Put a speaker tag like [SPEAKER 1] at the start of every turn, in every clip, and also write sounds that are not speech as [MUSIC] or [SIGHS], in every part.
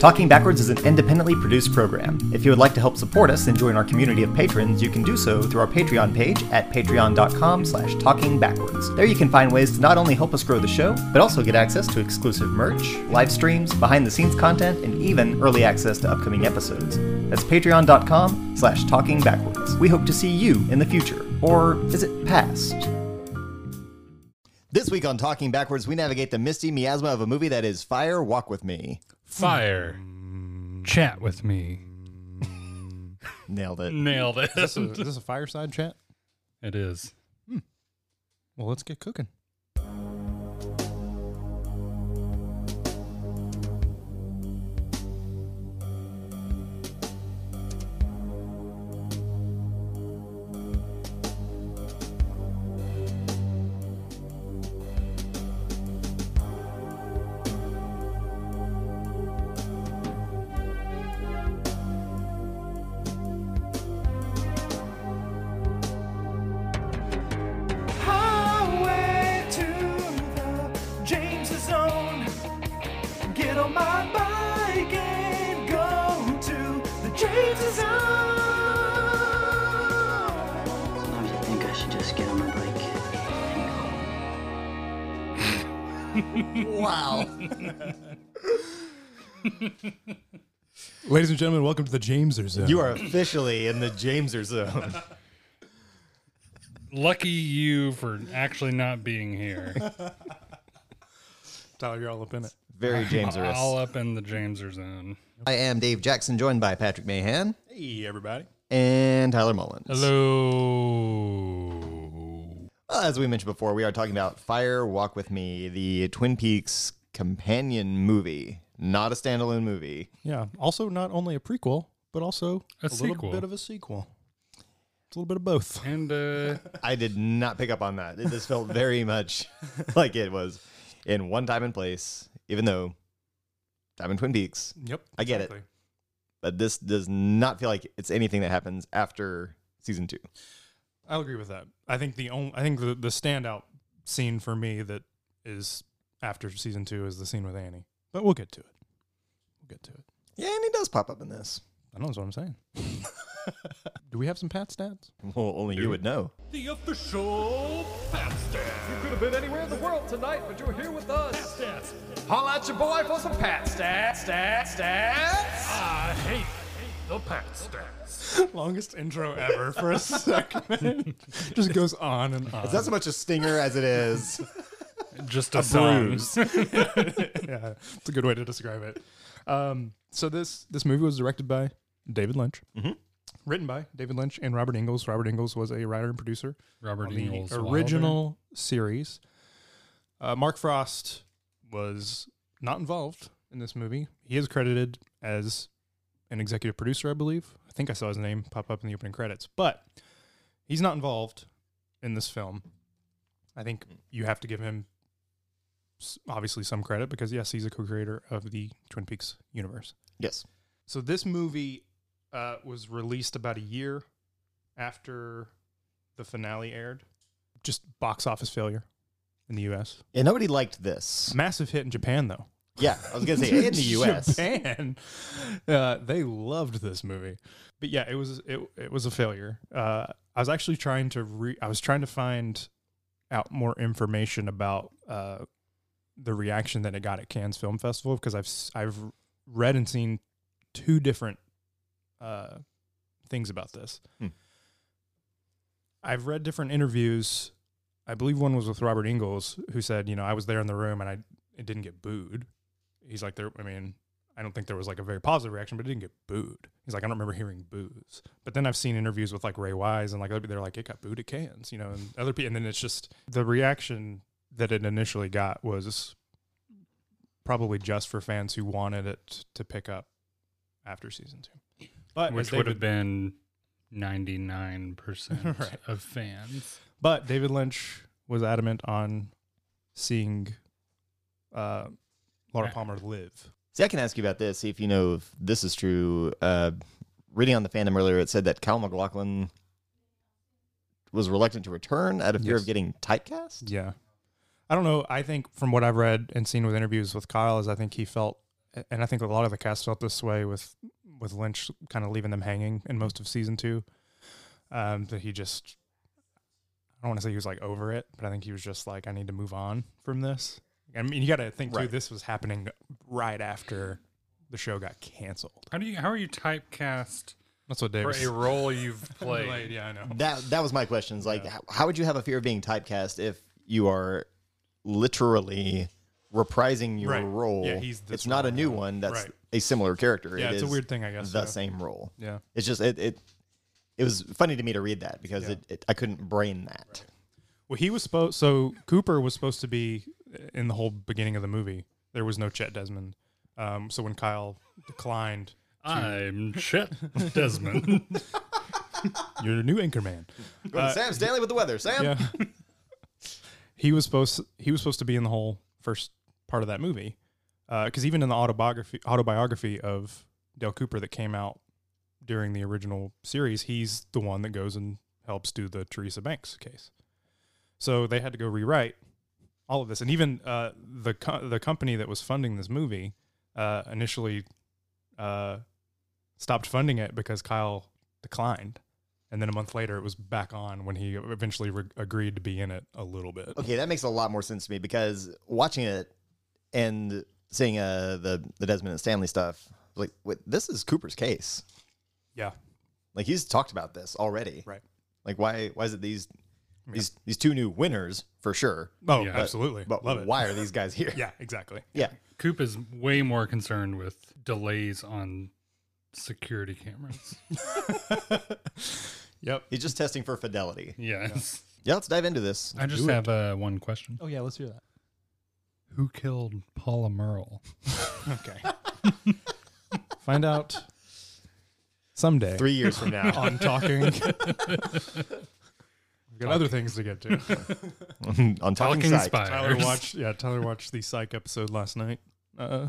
[SPEAKER 1] Talking Backwards is an independently produced program. If you would like to help support us and join our community of patrons, you can do so through our Patreon page at patreon.com slash talkingbackwards. There you can find ways to not only help us grow the show, but also get access to exclusive merch, live streams, behind-the-scenes content, and even early access to upcoming episodes. That's patreon.com slash talkingbackwards. We hope to see you in the future, or is it past? This week on Talking Backwards, we navigate the misty miasma of a movie that is Fire Walk With Me.
[SPEAKER 2] Fire. Chat with me.
[SPEAKER 1] Nailed it.
[SPEAKER 2] Nailed it. [LAUGHS]
[SPEAKER 3] Is this a- is this a fireside chat?
[SPEAKER 2] it is.
[SPEAKER 3] Well, let's get cooking.
[SPEAKER 4] Highway to the James Zone. Get on my bike and go to the James Zone.
[SPEAKER 5] Sometimes I think I should just get on my bike and go.
[SPEAKER 1] Wow.
[SPEAKER 3] Ladies and gentlemen, welcome to the Jameser Zone.
[SPEAKER 1] You are officially in the Jameser zone.
[SPEAKER 2] Lucky you for actually not being
[SPEAKER 3] [LAUGHS]
[SPEAKER 2] here.
[SPEAKER 3] Tyler, you're all up in it.
[SPEAKER 1] Very
[SPEAKER 2] All
[SPEAKER 1] Jameserous.
[SPEAKER 2] up in the Jameser zone.
[SPEAKER 1] I am Dave Jackson, joined by Patrick Mahan
[SPEAKER 3] Hey, everybody.
[SPEAKER 1] and Tyler Mullins.
[SPEAKER 2] Hello.
[SPEAKER 1] Well, Uh, As we mentioned before, we are talking about Fire Walk With Me, the Twin Peaks companion movie, not a standalone movie.
[SPEAKER 3] Yeah. Also, not only a prequel, but also
[SPEAKER 2] A
[SPEAKER 3] a,
[SPEAKER 2] sequel.
[SPEAKER 3] little bit of a sequel. It's a little bit of both.
[SPEAKER 2] And
[SPEAKER 3] [LAUGHS]
[SPEAKER 2] uh,
[SPEAKER 1] I did not pick up on that. It just felt very [LAUGHS] much like it was in one time and place, even though I'm in Twin Peaks.
[SPEAKER 3] Yep.
[SPEAKER 1] I get it. exactly. But this does not feel like it's anything that happens after season two.
[SPEAKER 3] I'll agree with that. I think the only, I think the, the standout scene for me that is after season two is the scene with Annie. But we'll get to it. We'll get to it.
[SPEAKER 1] Yeah, and he does pop up in this.
[SPEAKER 3] I know that's what I'm [LAUGHS] saying. Do we have some Pat stats?
[SPEAKER 1] Well, only you would know.
[SPEAKER 6] The official Fast Stats.
[SPEAKER 4] Could have been anywhere in the world tonight, but you're here with us.
[SPEAKER 6] Stats.
[SPEAKER 4] Haul out your boy for some pat stats, stats, stats.
[SPEAKER 6] I hate the Past Stats.
[SPEAKER 3] Longest intro ever for a [LAUGHS] segment. [LAUGHS] Just goes on and on.
[SPEAKER 1] It's not so much a stinger as it is.
[SPEAKER 2] just a, song.
[SPEAKER 3] [LAUGHS] yeah, it's a good way to describe it. Um, so this this movie was directed by David Lynch, mm-hmm. written by David Lynch and Robert Ingalls. Robert Ingalls was a writer and producer
[SPEAKER 2] [LAUGHS] Robert
[SPEAKER 3] on the
[SPEAKER 2] Ingalls.
[SPEAKER 3] original series. Uh, Mark Frost was not involved in this movie. He is credited as an executive producer, I believe. I think I saw his name pop up in the opening credits, but he's not involved in this film. I think you have to give him s- obviously some credit because yes, he's a co-creator of the Twin Peaks universe.
[SPEAKER 1] [LAUGHS] yes.
[SPEAKER 3] So this movie uh, was released about a year after the finale aired. Just box office failure in the U.S.
[SPEAKER 1] Yeah, nobody liked this.
[SPEAKER 3] Massive hit in Japan though.
[SPEAKER 1] Yeah, I was gonna say [LAUGHS] in the U.S.
[SPEAKER 3] Japan, uh, they loved this movie. But yeah, it was it, it was a failure. Uh, I was actually trying to re- I was trying to find out more information about uh, the reaction that it got at Cannes Film Festival because I've s- I've read and seen two different uh, things about this.
[SPEAKER 1] Hmm.
[SPEAKER 3] I've read different interviews. I believe one was with Robert Ingalls, who said, "You know, I was there in the room and I it didn't get booed." He's like, "There, I mean, I don't think there was like a very positive reaction, but it didn't get booed." He's like, "I don't remember hearing boos." But then I've seen interviews with like Ray Wise and like they're like, "It got booed at Cannes," you know, and other people, and then it's just the reaction that it initially got was probably just for fans who wanted it to pick up after season two. But as
[SPEAKER 2] Which would
[SPEAKER 3] David-
[SPEAKER 2] have been 99%
[SPEAKER 3] [LAUGHS] Right.
[SPEAKER 2] of fans.
[SPEAKER 3] But David Lynch was adamant on seeing uh, Laura Palmer live.
[SPEAKER 1] See, I can ask you about this. See if you know if this is true. Uh, reading on the fandom earlier, it said that Cal McLaughlin was reluctant to return out of fear of
[SPEAKER 3] Yes.
[SPEAKER 1] getting typecast.
[SPEAKER 3] Yeah. I don't know. I think from what I've read and seen with interviews with Kyle is I think he felt a- and I think a lot of the cast felt this way with with Lynch kind of leaving them hanging in most of season two. Um, that he just, I don't want to say he was like over it, but I think he was just like, I need to move on from this. I mean, you got to think too.
[SPEAKER 1] Right.
[SPEAKER 3] This was happening right after the show got canceled.
[SPEAKER 2] How do you? How are you typecast
[SPEAKER 3] That's what Dave
[SPEAKER 2] for
[SPEAKER 3] was
[SPEAKER 2] a role [LAUGHS] you've
[SPEAKER 3] Like,
[SPEAKER 2] played?
[SPEAKER 3] Yeah, I know.
[SPEAKER 1] That that was my question. Is like, h- how would you have a fear of being typecast if you are literally reprising your
[SPEAKER 3] Right.
[SPEAKER 1] role?
[SPEAKER 3] Yeah, he's this
[SPEAKER 1] it's not a
[SPEAKER 3] role.
[SPEAKER 1] new one. That's
[SPEAKER 3] Right.
[SPEAKER 1] a similar character.
[SPEAKER 3] Yeah,
[SPEAKER 1] It
[SPEAKER 3] it's a
[SPEAKER 1] is
[SPEAKER 3] weird thing, I guess,
[SPEAKER 1] The
[SPEAKER 3] yeah.
[SPEAKER 1] same role.
[SPEAKER 3] Yeah.
[SPEAKER 1] It's just it it, it was funny to me to read that because it, it I couldn't brain that.
[SPEAKER 3] Well, he was supposed. So Cooper was supposed to be in the whole beginning of the movie. There was no Chet Desmond. Um, so when Kyle declined,
[SPEAKER 2] I'm Chet Desmond.
[SPEAKER 3] you're the new anchorman.
[SPEAKER 1] Going to Sam Stanley with the weather. Sam.
[SPEAKER 3] [LAUGHS] Uh, Yeah. [LAUGHS] he was supposed. He was supposed to be in the whole first part of that movie. Because even in the autobiography autobiography of Dale Cooper that came out during the original series, he's the one that goes and helps do the Teresa Banks case. So they had to go rewrite all of this, and even uh, the co- the company that was funding this movie uh, initially uh, stopped funding it because Kyle declined, and then a month later it was back on when he eventually re- agreed to be in it a little bit.
[SPEAKER 1] Okay, that makes a lot more sense to me because watching it and seeing uh the the Desmond and Stanley stuff, like wait, this is Cooper's case.
[SPEAKER 3] Yeah,
[SPEAKER 1] Like he's talked about this already.
[SPEAKER 3] right.
[SPEAKER 1] Like why why is it these these these two new winners for sure?
[SPEAKER 3] Oh,
[SPEAKER 2] Yeah. But-
[SPEAKER 3] absolutely.
[SPEAKER 1] But
[SPEAKER 3] Love it.
[SPEAKER 1] why are these guys here?
[SPEAKER 3] [LAUGHS] Yeah, exactly.
[SPEAKER 1] Yeah.
[SPEAKER 2] Coop is way more concerned with delays on security [LAUGHS] cameras.
[SPEAKER 3] Yep.
[SPEAKER 1] He's just testing for fidelity.
[SPEAKER 2] Yes.
[SPEAKER 1] Yeah, let's dive into this.
[SPEAKER 2] I just have uh, one question.
[SPEAKER 3] Oh yeah, let's hear that.
[SPEAKER 2] Who killed Paula Merle?
[SPEAKER 3] Okay. [LAUGHS] Find out someday.
[SPEAKER 1] Three years
[SPEAKER 3] [LAUGHS]
[SPEAKER 1] from now.
[SPEAKER 3] on
[SPEAKER 1] [LAUGHS]
[SPEAKER 3] talking. We've got other things to get to.
[SPEAKER 1] [LAUGHS] on Talking,
[SPEAKER 2] Talking
[SPEAKER 1] Psych.
[SPEAKER 2] Spires.
[SPEAKER 3] Tyler
[SPEAKER 2] [LAUGHS]
[SPEAKER 3] watched, yeah, Tyler watched the psych episode last night. Uh,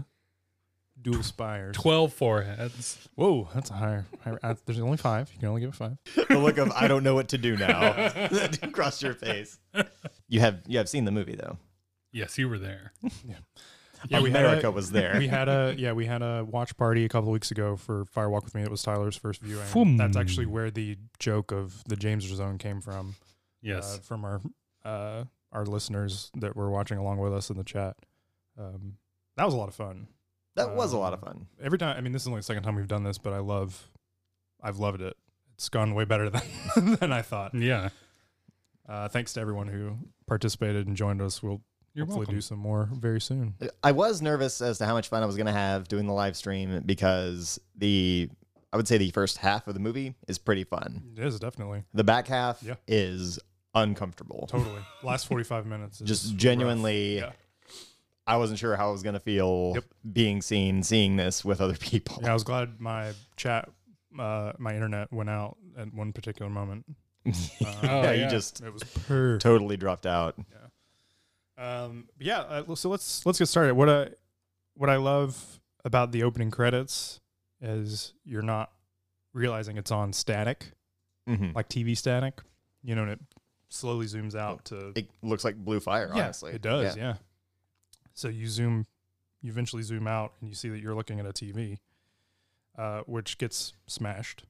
[SPEAKER 3] dual spires.
[SPEAKER 2] Twelve foreheads.
[SPEAKER 3] Whoa, that's a higher. higher uh, there's only five. You can only give it five.
[SPEAKER 1] The look of I don't know what to do now [LAUGHS] that crossed your face. You have you have seen the movie though.
[SPEAKER 2] Yes, you were there.
[SPEAKER 3] [LAUGHS] Yeah, we had a-
[SPEAKER 1] America was there.
[SPEAKER 3] Uh, [LAUGHS] We had a yeah, we had a watch party a couple weeks ago for Firewalk with me. It was Tyler's first viewing.
[SPEAKER 2] Phoom.
[SPEAKER 3] That's actually where the joke of the James Zone came from.
[SPEAKER 2] Yes.
[SPEAKER 3] uh, from our uh, our listeners that were watching along with us in the chat. Um, that was a lot of fun.
[SPEAKER 1] that
[SPEAKER 3] Um,
[SPEAKER 1] was a lot of fun.
[SPEAKER 3] every time i mean this is only the second time we've done this but i love i've loved it it's gone way better [LAUGHS] than than i thought
[SPEAKER 2] yeah.
[SPEAKER 3] uh, thanks to everyone who participated and joined us we'll
[SPEAKER 2] You're
[SPEAKER 3] hopefully
[SPEAKER 2] welcome.
[SPEAKER 3] do some more very soon
[SPEAKER 1] I was nervous as to how much fun I was going to have doing the live stream because the I would say the first half of the movie is pretty fun.
[SPEAKER 3] it is definitely
[SPEAKER 1] The back half
[SPEAKER 3] Yeah.
[SPEAKER 1] is uncomfortable.
[SPEAKER 2] [LAUGHS]
[SPEAKER 3] totally last 45 minutes is
[SPEAKER 1] Just
[SPEAKER 3] rough.
[SPEAKER 1] genuinely
[SPEAKER 3] Yeah.
[SPEAKER 1] I wasn't sure how I was going to feel
[SPEAKER 3] Yep.
[SPEAKER 1] being seen seeing this with other people. [LAUGHS]
[SPEAKER 3] yeah i was glad my chat uh, my internet went out at one particular moment
[SPEAKER 2] Oh,
[SPEAKER 1] yeah, you
[SPEAKER 2] yeah.
[SPEAKER 1] just
[SPEAKER 3] it was
[SPEAKER 1] [LAUGHS]
[SPEAKER 3] per
[SPEAKER 1] totally dropped out.
[SPEAKER 3] Um, but yeah, uh, so let's let's get started. What I what I love about the opening credits is you're not realizing it's on static,
[SPEAKER 1] hmm
[SPEAKER 3] like TV static, you know, and it slowly zooms out to
[SPEAKER 1] It looks like blue fire,
[SPEAKER 3] yeah,
[SPEAKER 1] honestly.
[SPEAKER 3] it does, yeah. So you zoom, you eventually zoom out, and you see that you're looking at a TV, uh, which gets smashed,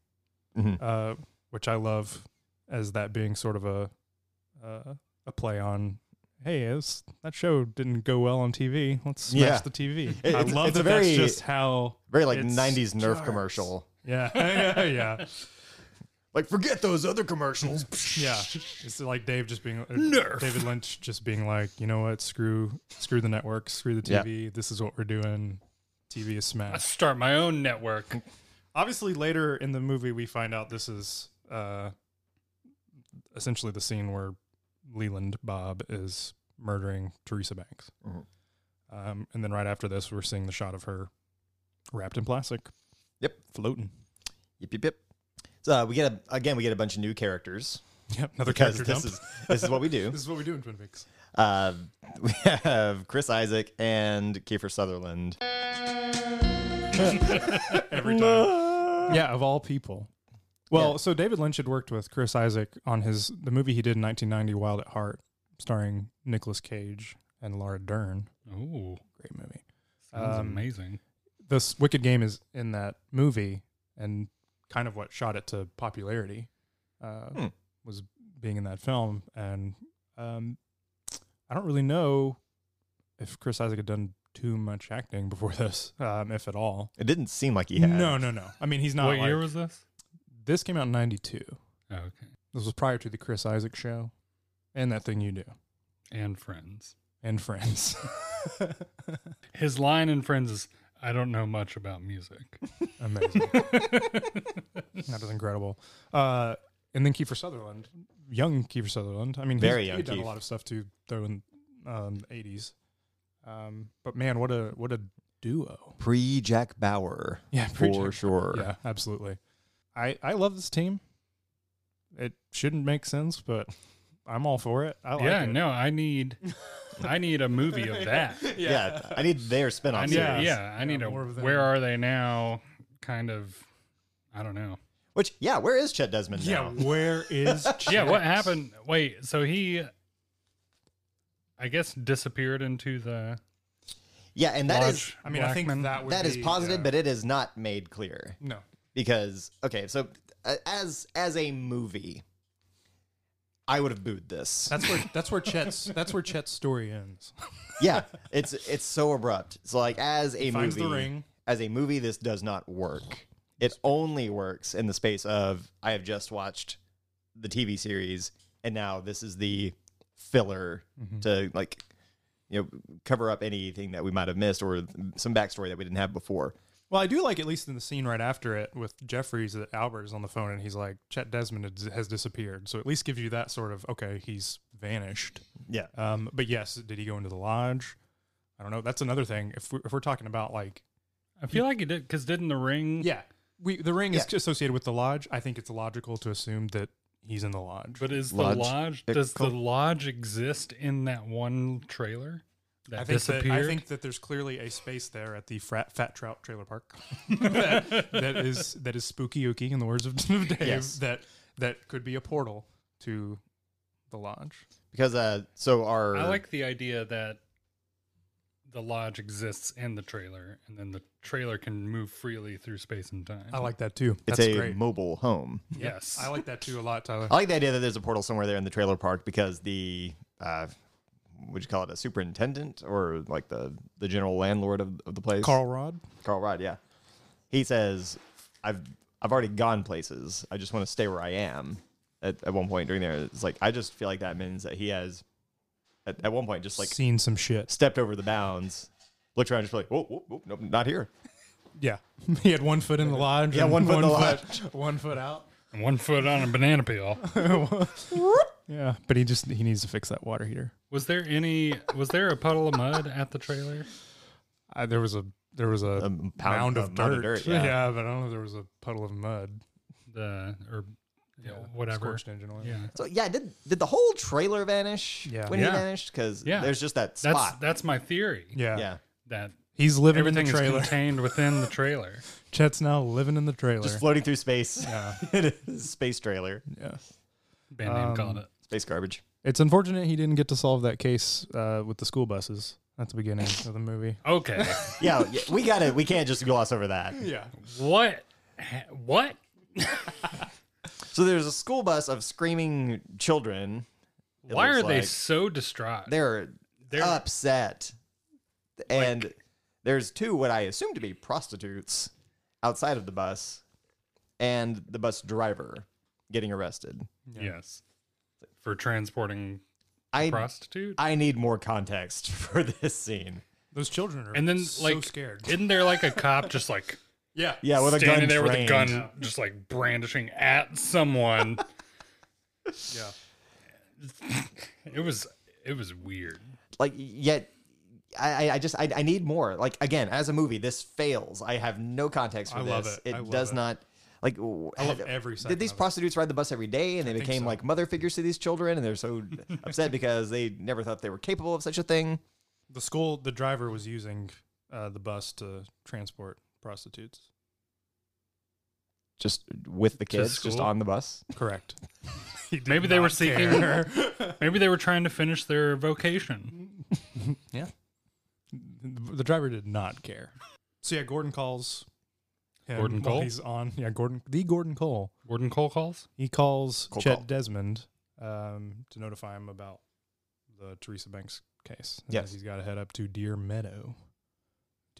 [SPEAKER 1] Mhm.
[SPEAKER 3] uh, which I love as that being sort of a uh, a play on. Hey, this, that show didn't go well on TV. Let's smash
[SPEAKER 1] Yeah.
[SPEAKER 3] the TV.
[SPEAKER 1] It-
[SPEAKER 3] I
[SPEAKER 1] it's-
[SPEAKER 3] love
[SPEAKER 1] it's
[SPEAKER 3] that.
[SPEAKER 1] a very-
[SPEAKER 3] that's just how
[SPEAKER 1] Very like
[SPEAKER 3] it
[SPEAKER 1] 90s Nerf
[SPEAKER 3] starts.
[SPEAKER 1] commercial.
[SPEAKER 3] Yeah, [LAUGHS] yeah, yeah,
[SPEAKER 1] Like forget those other commercials.
[SPEAKER 3] yeah. It's like Dave just being Nerf. David Lynch just being like, you know what? Screw, screw the network, screw the
[SPEAKER 1] Yeah.
[SPEAKER 3] TV. This is what we're doing. TV is
[SPEAKER 2] I
[SPEAKER 3] smashed.
[SPEAKER 2] start my own
[SPEAKER 3] [LAUGHS]
[SPEAKER 2] network.
[SPEAKER 3] obviously later in the movie we find out this is uh essentially the scene where leland bob is murdering teresa banks
[SPEAKER 1] Mhm.
[SPEAKER 3] um, and then right after this we're seeing the shot of her wrapped in plastic
[SPEAKER 1] Yep.
[SPEAKER 3] floating
[SPEAKER 1] Yep, yep, yep. So uh, we get a, again we get a bunch of new characters
[SPEAKER 3] [LAUGHS] yep another
[SPEAKER 1] because
[SPEAKER 3] character
[SPEAKER 1] this
[SPEAKER 3] dump
[SPEAKER 1] is this is what we do.
[SPEAKER 3] [LAUGHS] this is what we do in twin peaks
[SPEAKER 1] Uh, [LAUGHS] we have Chris Isaac and Kiefer Sutherland.
[SPEAKER 3] every time yeah of all people well so david lynch had worked with chris isaac on his the movie he did in 1990 wild at heart starring nicolas cage and laura dern
[SPEAKER 2] Oh,
[SPEAKER 3] great movie
[SPEAKER 2] sounds
[SPEAKER 3] Um,
[SPEAKER 2] amazing.
[SPEAKER 3] this Wicked Game is in that movie, and kind of what shot it to popularity uh,
[SPEAKER 1] Hmm.
[SPEAKER 3] was being in that film. And um, I don't really know if Chris Isaac had done too much acting before [LAUGHS] this, um, if at all.
[SPEAKER 1] It didn't seem like he had.
[SPEAKER 3] No, no, no. I mean, he's not.
[SPEAKER 2] what year
[SPEAKER 3] like-
[SPEAKER 2] was this?
[SPEAKER 3] this? Came out in '92.
[SPEAKER 2] Oh, okay.
[SPEAKER 3] This was prior to the Chris Isaac show, and that thing you do,
[SPEAKER 2] And Friends.
[SPEAKER 3] and Friends. [LAUGHS]
[SPEAKER 2] His line in Friends is, "I don't know much about
[SPEAKER 3] [LAUGHS]
[SPEAKER 2] music."
[SPEAKER 3] Amazing. that is incredible. Uh, and then Kiefer Sutherland, young Kiefer Sutherland. I mean,
[SPEAKER 1] Very
[SPEAKER 3] he's,
[SPEAKER 1] young
[SPEAKER 3] he'd done
[SPEAKER 1] Keith.
[SPEAKER 3] a lot of stuff too, though in um, '80s. Um, but man, what a what a duo!
[SPEAKER 1] Pre Jack Bauer.
[SPEAKER 3] Yeah,
[SPEAKER 1] For
[SPEAKER 3] pre-
[SPEAKER 1] sure.
[SPEAKER 3] Yeah, absolutely. I I love this team. It shouldn't make sense, but I'm all for it. Oh, I like
[SPEAKER 2] yeah,
[SPEAKER 3] it.
[SPEAKER 2] no, I need, I need a movie of
[SPEAKER 3] [LAUGHS]
[SPEAKER 2] that.
[SPEAKER 1] Yeah. I need their spin
[SPEAKER 2] I
[SPEAKER 1] off
[SPEAKER 2] need, yeah,
[SPEAKER 1] series.
[SPEAKER 2] I need a
[SPEAKER 3] more of them.
[SPEAKER 2] where are they now? Kind of, I don't know.
[SPEAKER 1] Which, yeah, where is Chet Desmond
[SPEAKER 3] Yeah,
[SPEAKER 1] now?
[SPEAKER 3] where is
[SPEAKER 2] [LAUGHS] Yeah, what
[SPEAKER 3] Jax?
[SPEAKER 2] happened? Wait, so he, I guess, disappeared into the
[SPEAKER 1] Yeah, and that is
[SPEAKER 2] Lodge
[SPEAKER 3] I mean, I
[SPEAKER 2] Blackman?
[SPEAKER 3] think that would
[SPEAKER 1] that is
[SPEAKER 3] be,
[SPEAKER 1] positive,
[SPEAKER 3] uh,
[SPEAKER 1] but it is not made clear.
[SPEAKER 3] no,
[SPEAKER 1] because okay so uh, as as a movie i would have booed this
[SPEAKER 3] that's where that's where Chet's that's where Chet's story ends.
[SPEAKER 1] yeah it's it's so abrupt so like as a
[SPEAKER 3] finds
[SPEAKER 1] movie
[SPEAKER 3] the ring.
[SPEAKER 1] as a movie this does not work it only works in the space of i have just watched the tv series and now this is the filler
[SPEAKER 3] Mm-hmm.
[SPEAKER 1] to like you know cover up anything that we might have missed or some backstory that we didn't have before
[SPEAKER 3] Well, I do like at least in the scene right after it with Jeffries that Albert is on the phone and he's like, Chet Desmond has- has disappeared. So at least gives you that sort of okay, he's vanished.
[SPEAKER 1] yeah
[SPEAKER 3] Um, but yes, did he go into the lodge? I don't know. That's another thing. If we're, if we're talking about like
[SPEAKER 2] I feel like he did because didn't the ring?
[SPEAKER 3] yeah, we the ring is
[SPEAKER 1] Yeah.
[SPEAKER 3] associated with the lodge. I think it's logical to assume that he's in the lodge.
[SPEAKER 2] But is
[SPEAKER 1] Lodge.
[SPEAKER 2] the lodge?
[SPEAKER 1] They're
[SPEAKER 2] Does the
[SPEAKER 1] called-
[SPEAKER 2] lodge exist in that one trailer that
[SPEAKER 3] I think that,
[SPEAKER 2] disappeared?
[SPEAKER 3] I think that there's clearly a space there at the frat, Fat Trout Trailer Park [LAUGHS] that, that is that is spooky ooky in the words of [LAUGHS] Dave
[SPEAKER 1] Yes.
[SPEAKER 3] that that could be a portal to the lodge.
[SPEAKER 1] because uh so our
[SPEAKER 2] I like the idea that the lodge exists in the trailer, and then the trailer can move freely through space and time.
[SPEAKER 3] I like that too.
[SPEAKER 1] it's
[SPEAKER 3] That's
[SPEAKER 1] a Uh,
[SPEAKER 3] great. Uh,
[SPEAKER 1] mobile home
[SPEAKER 2] yes.
[SPEAKER 3] I like that too a lot, Tyler.
[SPEAKER 1] I like the idea that there's a portal somewhere there in the trailer park because the uh, would you call it a superintendent or like the the general landlord of, of the place,
[SPEAKER 3] Carl Rod.
[SPEAKER 1] Carl Rod, yeah. He says, "I've I've already gone places. I just want to stay where I am." At, at one point during there, it's like I just feel like that means that he has at, at one point just like
[SPEAKER 3] seen some shit.
[SPEAKER 1] stepped over the bounds, looked around, and just like, "Whoa, whoa, whoa, nope, not here."
[SPEAKER 3] Yeah, [LAUGHS] he had one foot in the lodge.
[SPEAKER 1] Yeah,
[SPEAKER 3] and
[SPEAKER 1] one foot in the
[SPEAKER 3] one foot out.
[SPEAKER 2] And one foot on a banana peel.
[SPEAKER 3] Yeah, but he just he needs to fix that water heater.
[SPEAKER 2] [LAUGHS] Was there any? Was there a puddle of mud at the trailer?
[SPEAKER 3] I, Uh, there was a there was a,
[SPEAKER 1] A
[SPEAKER 3] mound
[SPEAKER 1] pound-
[SPEAKER 3] of
[SPEAKER 1] a mound
[SPEAKER 3] dirt.
[SPEAKER 1] of dirt, yeah.
[SPEAKER 3] but I don't know if there was a puddle of mud.
[SPEAKER 2] The or you know, whatever.
[SPEAKER 3] Scorched engine oil.
[SPEAKER 2] Yeah.
[SPEAKER 1] So yeah, did did the whole trailer vanish
[SPEAKER 3] Yeah.
[SPEAKER 1] when he
[SPEAKER 2] Yeah.
[SPEAKER 1] vanished? Because
[SPEAKER 2] Yeah.
[SPEAKER 1] there's just that
[SPEAKER 2] That's
[SPEAKER 1] spot.
[SPEAKER 2] that's my theory.
[SPEAKER 3] Yeah.
[SPEAKER 1] yeah.
[SPEAKER 2] That
[SPEAKER 3] He's living
[SPEAKER 2] everything
[SPEAKER 3] in
[SPEAKER 2] is
[SPEAKER 3] the trailer.
[SPEAKER 2] contained within the trailer.
[SPEAKER 3] [LAUGHS] Chet's now living in the trailer.
[SPEAKER 1] just floating through space. [LAUGHS]
[SPEAKER 3] Yeah.
[SPEAKER 1] It is space trailer,
[SPEAKER 3] yeah.
[SPEAKER 2] Band name called it.
[SPEAKER 1] space garbage.
[SPEAKER 3] It's unfortunate he didn't get to solve that case uh, with the school buses at the beginning of the movie.
[SPEAKER 2] Okay.
[SPEAKER 1] Yeah, yeah, we gotta. We can't just gloss over that.
[SPEAKER 3] Yeah.
[SPEAKER 2] what? Ha- What?
[SPEAKER 1] So there's a school bus of screaming children. it
[SPEAKER 2] Why are
[SPEAKER 1] looks
[SPEAKER 2] they
[SPEAKER 1] like.
[SPEAKER 2] so distraught?
[SPEAKER 1] They're
[SPEAKER 2] They're-
[SPEAKER 1] upset, and there's two what I assume to be prostitutes outside of the bus, and the bus driver getting arrested.
[SPEAKER 2] Yes. For transporting
[SPEAKER 1] I
[SPEAKER 2] prostitute.
[SPEAKER 1] I need more context [LAUGHS] for this scene.
[SPEAKER 3] Those children are
[SPEAKER 2] and then
[SPEAKER 3] so
[SPEAKER 2] like
[SPEAKER 3] scared.
[SPEAKER 2] Isn't there like a cop just like
[SPEAKER 3] yeah.
[SPEAKER 1] Yeah, with a
[SPEAKER 2] standing
[SPEAKER 1] gun
[SPEAKER 2] there with a
[SPEAKER 1] trained.
[SPEAKER 2] gun just like brandishing at [LAUGHS] someone?
[SPEAKER 3] Yeah.
[SPEAKER 2] it was it was weird.
[SPEAKER 1] like yet I, I- I just I, I need more. Like again, as a movie, this fails. I have no context for
[SPEAKER 3] I
[SPEAKER 1] this.
[SPEAKER 3] love it. I love
[SPEAKER 1] does
[SPEAKER 3] it.
[SPEAKER 1] not like. I
[SPEAKER 3] love every second
[SPEAKER 1] Did these
[SPEAKER 3] of it.
[SPEAKER 1] prostitutes ride the bus every day, and they became
[SPEAKER 3] so.
[SPEAKER 1] like mother figures to these children, and they're
[SPEAKER 3] [LAUGHS]
[SPEAKER 1] so upset because they never thought they were capable of such a thing.
[SPEAKER 3] The school, the driver was using uh, the bus to transport prostitutes.
[SPEAKER 1] Just with the kids, just
[SPEAKER 2] school?
[SPEAKER 1] on the bus.
[SPEAKER 3] Correct.
[SPEAKER 2] Maybe they were seeking
[SPEAKER 3] [LAUGHS]
[SPEAKER 2] maybe they were trying to finish their vocation.
[SPEAKER 3] yeah. The driver did not care. So yeah, Gordon calls. him
[SPEAKER 2] Gordon
[SPEAKER 3] while
[SPEAKER 2] Cole?
[SPEAKER 3] He's on. Yeah, Gordon. The Gordon Cole.
[SPEAKER 2] Gordon Cole calls.
[SPEAKER 3] He calls
[SPEAKER 1] Cole
[SPEAKER 3] Chet
[SPEAKER 1] call.
[SPEAKER 3] Desmond um, to notify him about the Teresa Banks case. And
[SPEAKER 1] Yes.
[SPEAKER 3] he's got to head up to Deer Meadow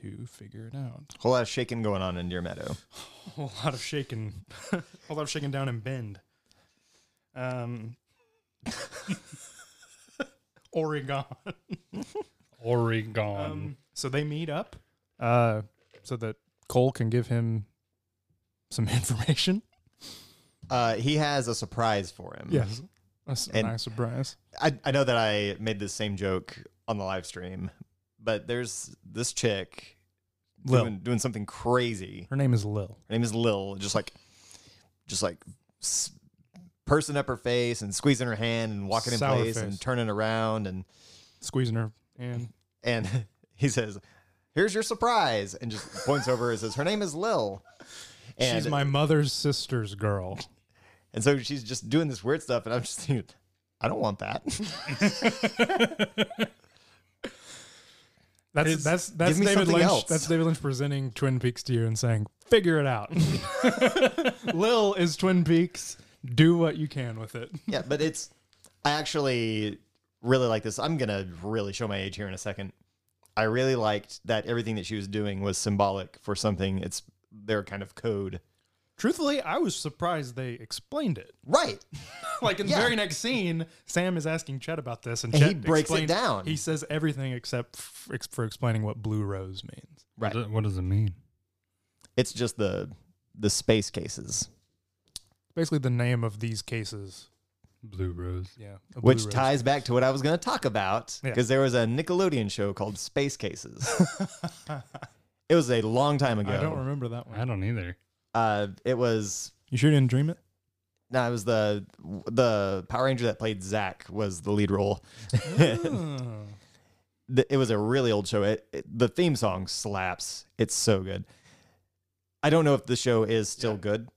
[SPEAKER 3] to figure it out.
[SPEAKER 1] Whole lot of shaking going on in Deer Meadow.
[SPEAKER 3] [LAUGHS] A whole lot of shaking, [LAUGHS] a whole lot of shaking down in Bend, um, [LAUGHS] Oregon.
[SPEAKER 2] Oregon.
[SPEAKER 3] Um, so they meet up, uh, so that Cole can give him some [LAUGHS] information.
[SPEAKER 1] Uh, he has a surprise for him.
[SPEAKER 3] that's a
[SPEAKER 1] Mm-hmm. And-
[SPEAKER 3] nice surprise.
[SPEAKER 1] I, I know that I made this same joke on the live stream, but there's this chick
[SPEAKER 3] Lil.
[SPEAKER 1] doing, doing something crazy.
[SPEAKER 3] Her name is Lil.
[SPEAKER 1] Her name is Lil, just like, just like s- pursing up her face and squeezing her hand and walking in
[SPEAKER 3] Sour
[SPEAKER 1] place and
[SPEAKER 3] face.
[SPEAKER 1] turning around and
[SPEAKER 3] Squeezing her and
[SPEAKER 1] and [LAUGHS] he says, "Here's your surprise," and just points over and says, "Her name is Lil." And,
[SPEAKER 3] she's my mother's sister's girl.
[SPEAKER 1] and so she's just doing this weird stuff, and I'm just thinking, I don't want that. [LAUGHS]
[SPEAKER 3] [LAUGHS] That's
[SPEAKER 2] It's-
[SPEAKER 3] that's that's
[SPEAKER 1] Give me
[SPEAKER 3] David
[SPEAKER 1] something
[SPEAKER 3] Lynch.
[SPEAKER 1] else.
[SPEAKER 3] That's David Lynch presenting Twin Peaks to you and saying, "Figure it out." [LAUGHS] Lil is Twin Peaks. Do what you can with it.
[SPEAKER 1] yeah, but it's I actually really like this. I'm gonna really show my age here in a second. I really liked that everything that she was doing was symbolic for something. It's their kind of code,
[SPEAKER 3] Truthfully, I was surprised they explained it. [LAUGHS]
[SPEAKER 1] right?
[SPEAKER 3] Like in
[SPEAKER 1] Yeah.
[SPEAKER 3] the very next scene, Sam is asking Chet about this, and,
[SPEAKER 1] And he
[SPEAKER 3] Chet
[SPEAKER 1] breaks it
[SPEAKER 3] explains-
[SPEAKER 1] down.
[SPEAKER 3] He says everything except f- ex- for explaining what Blue Rose means.
[SPEAKER 2] What do- What does it mean?
[SPEAKER 1] It's just the the space cases,
[SPEAKER 3] Basically, the name of these cases.
[SPEAKER 2] Blue Rose.
[SPEAKER 3] Yeah, a Blue
[SPEAKER 1] which
[SPEAKER 3] Rose.
[SPEAKER 1] ties back to what I was going to talk about
[SPEAKER 3] Yeah.
[SPEAKER 1] because there was a Nickelodeon show called Space
[SPEAKER 3] [LAUGHS]
[SPEAKER 1] Cases. it was a long time ago.
[SPEAKER 3] I don't remember that one.
[SPEAKER 2] I don't either.
[SPEAKER 1] Uh, it was
[SPEAKER 3] You sure didn't dream it?
[SPEAKER 1] no, it was the the Power Ranger that played Zack was the lead role. [LAUGHS]
[SPEAKER 3] Oh.
[SPEAKER 1] th- it was a really old show. It, it- the theme song slaps. It's so good. I don't know if the show is still good.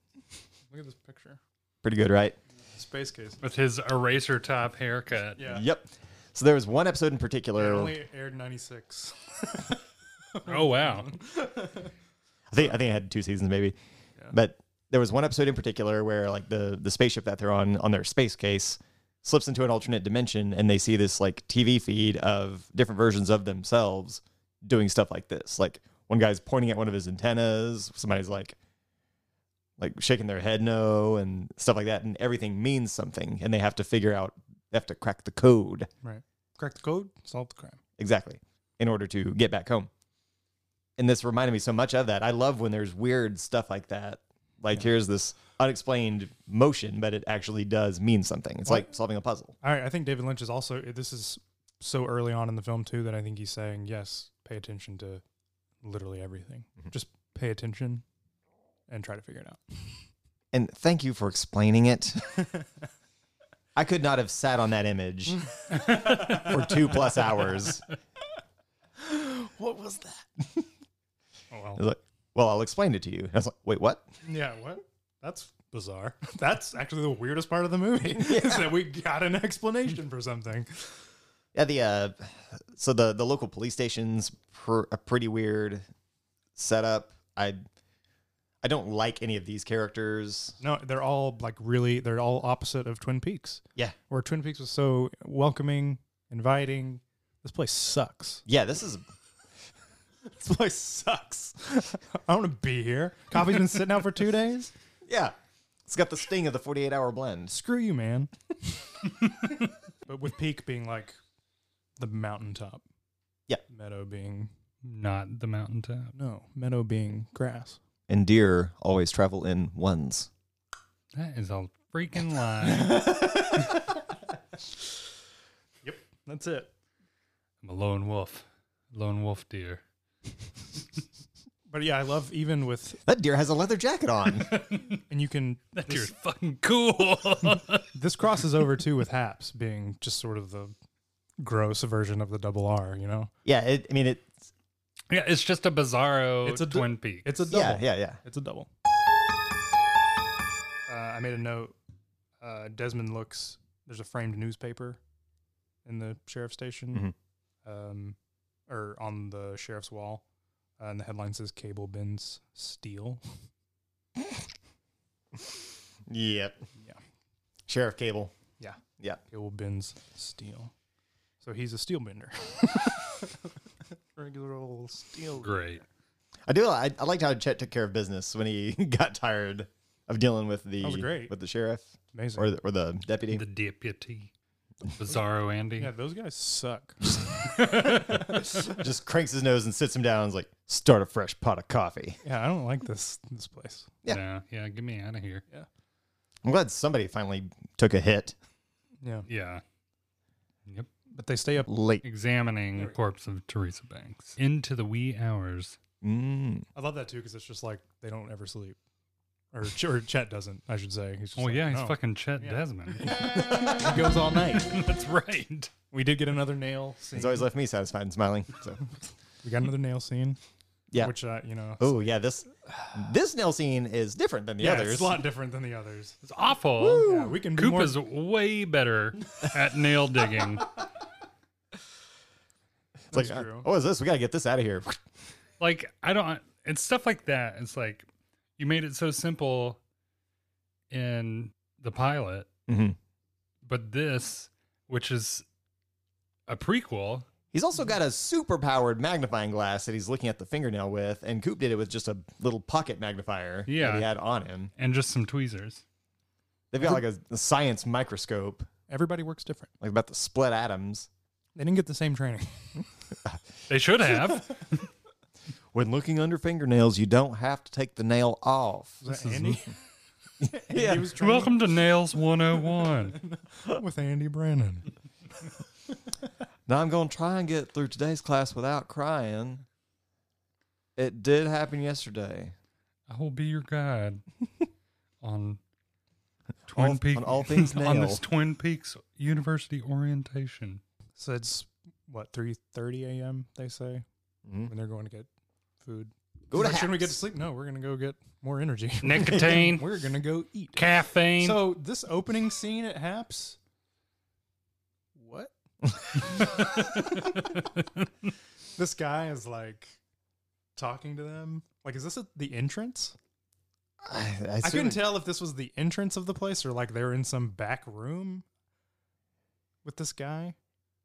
[SPEAKER 3] Look at this picture.
[SPEAKER 1] Pretty good, right?
[SPEAKER 3] Space case.
[SPEAKER 2] With his eraser top haircut.
[SPEAKER 3] Yeah.
[SPEAKER 1] Yep. So there was one episode in
[SPEAKER 3] It
[SPEAKER 1] particular.
[SPEAKER 3] only aired ninety six.
[SPEAKER 2] Oh wow.
[SPEAKER 1] I think I think it had two seasons maybe, but there was one episode in particular where like the the spaceship that they're on on their space case slips into an alternate dimension and they see this like TV feed of different versions of themselves doing stuff like this. Like one guy's pointing at one of his antennas, somebody's like like shaking their head no and stuff like that and everything means something and they have to figure out they have to crack the code
[SPEAKER 3] Right. Crack the code, solve the crime.
[SPEAKER 1] exactly in order to get back home and this reminded me so much of that i love when there's weird stuff like that like here's this unexplained motion but it actually does mean something it's like solving a puzzle
[SPEAKER 3] All right. I think David Lynch is also. This is so early on in the film too that I think he's saying yes. Pay attention to literally everything. Just pay attention and try to figure it out.
[SPEAKER 1] and thank you for explaining it [LAUGHS] i could not have sat on that
[SPEAKER 3] [LAUGHS]
[SPEAKER 1] image for two plus hours
[SPEAKER 3] What was that?
[SPEAKER 1] [LAUGHS]
[SPEAKER 3] oh
[SPEAKER 1] I
[SPEAKER 3] well.
[SPEAKER 1] was like, well i'll explain it to you i was like wait what
[SPEAKER 3] Yeah. What? That's bizarre. [LAUGHS] That's actually the weirdest part of the movie [LAUGHS] is that we got an explanation for something.
[SPEAKER 1] yeah the uh so the the local police station's pr- a pretty weird setup i i don't like any of these characters
[SPEAKER 3] No, they're all like really. They're all opposite of Twin Peaks.
[SPEAKER 1] Yeah.
[SPEAKER 3] where Twin Peaks was so welcoming, inviting. This place sucks.
[SPEAKER 1] Yeah, this is [LAUGHS]
[SPEAKER 3] This place sucks. I want to be here. Coffee's been sitting out for two days.
[SPEAKER 1] yeah. It's got the sting of the 48 hour blend.
[SPEAKER 3] Screw you, man. but with Peak being like the mountaintop.
[SPEAKER 1] Yeah.
[SPEAKER 3] Meadow being
[SPEAKER 2] Not the mountaintop.
[SPEAKER 3] no. Meadow being grass.
[SPEAKER 1] And deer always travel in ones.
[SPEAKER 2] That is a freaking
[SPEAKER 1] [LAUGHS]
[SPEAKER 2] lie.
[SPEAKER 3] That's it.
[SPEAKER 2] I'm a lone wolf. Lone wolf deer.
[SPEAKER 3] But yeah, I love even with
[SPEAKER 1] That deer has a leather jacket
[SPEAKER 3] [LAUGHS]
[SPEAKER 1] on.
[SPEAKER 3] and you can
[SPEAKER 2] That deer's fucking cool. [LAUGHS]
[SPEAKER 3] this crosses over too with Haps being just sort of the gross version of the double R, you know?
[SPEAKER 1] yeah, it, I mean it.
[SPEAKER 2] yeah, it's just a bizarro
[SPEAKER 3] It's a d-
[SPEAKER 2] Twin Peaks.
[SPEAKER 3] It's a double.
[SPEAKER 1] Yeah, yeah, yeah.
[SPEAKER 3] It's a double. Uh, I made a note. Uh, Desmond looks. There's a framed newspaper Mm-hmm. in the sheriff's station, um, or on the sheriff's wall. Uh, and the headline says cable bends steel.
[SPEAKER 1] Yep.
[SPEAKER 3] Yeah.
[SPEAKER 1] Sheriff Cable.
[SPEAKER 3] [LAUGHS] Yeah.
[SPEAKER 1] Yeah.
[SPEAKER 3] Cable bends steel. So he's a steel bender. [LAUGHS] Regular old steel.
[SPEAKER 2] Great.
[SPEAKER 1] I do. I, I liked how Chet took care of business when he [LAUGHS] got tired of dealing with the
[SPEAKER 3] was great.
[SPEAKER 1] with the sheriff
[SPEAKER 3] Amazing.
[SPEAKER 1] or the, or the deputy.
[SPEAKER 2] The deputy. Bizarro Andy.
[SPEAKER 3] yeah, those guys suck.
[SPEAKER 1] just cranks his nose and sits him down. and is like, start a fresh pot of coffee.
[SPEAKER 3] yeah, I don't like this this place.
[SPEAKER 1] Yeah.
[SPEAKER 2] Nah, yeah, get me out of here.
[SPEAKER 1] I'm glad somebody finally took a hit
[SPEAKER 3] Yeah.
[SPEAKER 2] Yeah. Yep.
[SPEAKER 3] But they stay up.
[SPEAKER 1] late.
[SPEAKER 2] Examining the corpse of Teresa Banks into the wee hours.
[SPEAKER 1] Mm.
[SPEAKER 3] I love that too because it's just like they don't ever sleep. Or, Ch- or Chet doesn't, I should say. He's just
[SPEAKER 2] Oh
[SPEAKER 3] like,
[SPEAKER 2] yeah, he's
[SPEAKER 3] "No."
[SPEAKER 2] fucking Chet
[SPEAKER 3] [LAUGHS]
[SPEAKER 2] Desmond.
[SPEAKER 1] He goes all night.
[SPEAKER 2] [LAUGHS] That's right.
[SPEAKER 3] We did get another nail scene.
[SPEAKER 1] He's always left me satisfied and smiling. So
[SPEAKER 3] we got another nail scene.
[SPEAKER 1] yeah.
[SPEAKER 3] Which, uh, you know.
[SPEAKER 1] oh yeah. This this nail scene is different than the
[SPEAKER 3] yeah,
[SPEAKER 1] others.
[SPEAKER 3] it's a lot different than the others.
[SPEAKER 2] It's awful.
[SPEAKER 3] Yeah, we can be
[SPEAKER 2] Coop
[SPEAKER 3] more
[SPEAKER 2] is way better at nail
[SPEAKER 3] [LAUGHS]
[SPEAKER 2] digging.
[SPEAKER 1] It's like,
[SPEAKER 3] That's
[SPEAKER 1] uh,
[SPEAKER 3] true.
[SPEAKER 1] oh, is this? We gotta get this out of here.
[SPEAKER 2] like I don't. It's stuff like that. It's like you made it so simple in the pilot,
[SPEAKER 1] Mhm.
[SPEAKER 2] but this, which is a prequel,
[SPEAKER 1] He's also got a super powered magnifying glass that he's looking at the fingernail with, and Coop did it with just a little pocket magnifier
[SPEAKER 2] Yeah.
[SPEAKER 1] that he had on him.
[SPEAKER 2] and just some tweezers.
[SPEAKER 1] They've got like a, a science microscope,
[SPEAKER 3] Everybody works different.
[SPEAKER 1] like about the split atoms.
[SPEAKER 3] They didn't get the same training.
[SPEAKER 2] [LAUGHS] They should have.
[SPEAKER 1] [LAUGHS] When looking under fingernails, you don't have to take the nail
[SPEAKER 3] [LAUGHS]
[SPEAKER 1] off.
[SPEAKER 3] Was that Andy?
[SPEAKER 1] Yeah.
[SPEAKER 3] He was training
[SPEAKER 2] [LAUGHS] Welcome to Nails 101.
[SPEAKER 3] with Andy Brennan.
[SPEAKER 1] Now I'm going to try and get through today's class without crying. It did happen yesterday.
[SPEAKER 2] I will be your guide on Twin
[SPEAKER 1] All-
[SPEAKER 2] Peaks
[SPEAKER 1] on all things
[SPEAKER 2] [LAUGHS] on
[SPEAKER 1] nail.
[SPEAKER 2] this Twin Peaks University orientation.
[SPEAKER 3] So it's what three thirty a.m. They say when they're going to get food.
[SPEAKER 1] Mm-hmm. Go
[SPEAKER 3] He's
[SPEAKER 1] to
[SPEAKER 3] like, Shouldn't we get to
[SPEAKER 1] Hacks."
[SPEAKER 3] sleep? No, we're gonna go get more energy.
[SPEAKER 2] Nicotine,
[SPEAKER 3] [LAUGHS] we're gonna go eat.
[SPEAKER 2] caffeine.
[SPEAKER 3] So this opening scene at Haps. What? [LAUGHS] this guy is like talking to them. Like, is this at the entrance?
[SPEAKER 1] I, I
[SPEAKER 3] I
[SPEAKER 1] assume-
[SPEAKER 3] couldn't tell if this was the entrance of the place or like they're in some back room with this guy.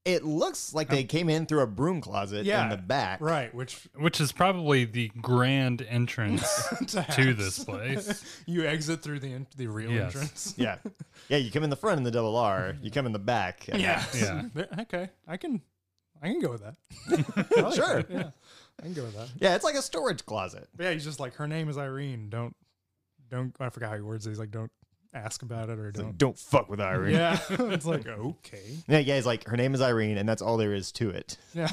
[SPEAKER 1] It looks like they came in through a broom closet in the back.
[SPEAKER 3] Right, which [LAUGHS]
[SPEAKER 2] which is probably the grand
[SPEAKER 1] [LAUGHS]
[SPEAKER 2] entrance to
[SPEAKER 3] Haps.
[SPEAKER 2] this place.
[SPEAKER 3] [LAUGHS] you exit through the en- the real
[SPEAKER 2] Yes.
[SPEAKER 3] entrance. [LAUGHS]
[SPEAKER 1] Yeah. Yeah, you come in the front in the double R, you come in the
[SPEAKER 3] [LAUGHS]
[SPEAKER 1] back.
[SPEAKER 2] Yeah.
[SPEAKER 3] There- okay, I can I can go with
[SPEAKER 1] [LAUGHS]
[SPEAKER 3] that.
[SPEAKER 1] Sure.
[SPEAKER 3] [LAUGHS] Yeah, I can go with that.
[SPEAKER 1] Yeah, it's like a storage closet.
[SPEAKER 3] But yeah, he's just like her name is Irene. Don't don't I forgot how he words it. He's like don't ask about it or
[SPEAKER 1] It's like,
[SPEAKER 3] don't.
[SPEAKER 1] don't fuck with Irene. [LAUGHS]
[SPEAKER 3] Yeah, [LAUGHS] it's like okay.
[SPEAKER 1] Yeah, yeah, he's like, her name is Irene, and that's all there is to it.
[SPEAKER 3] Yeah,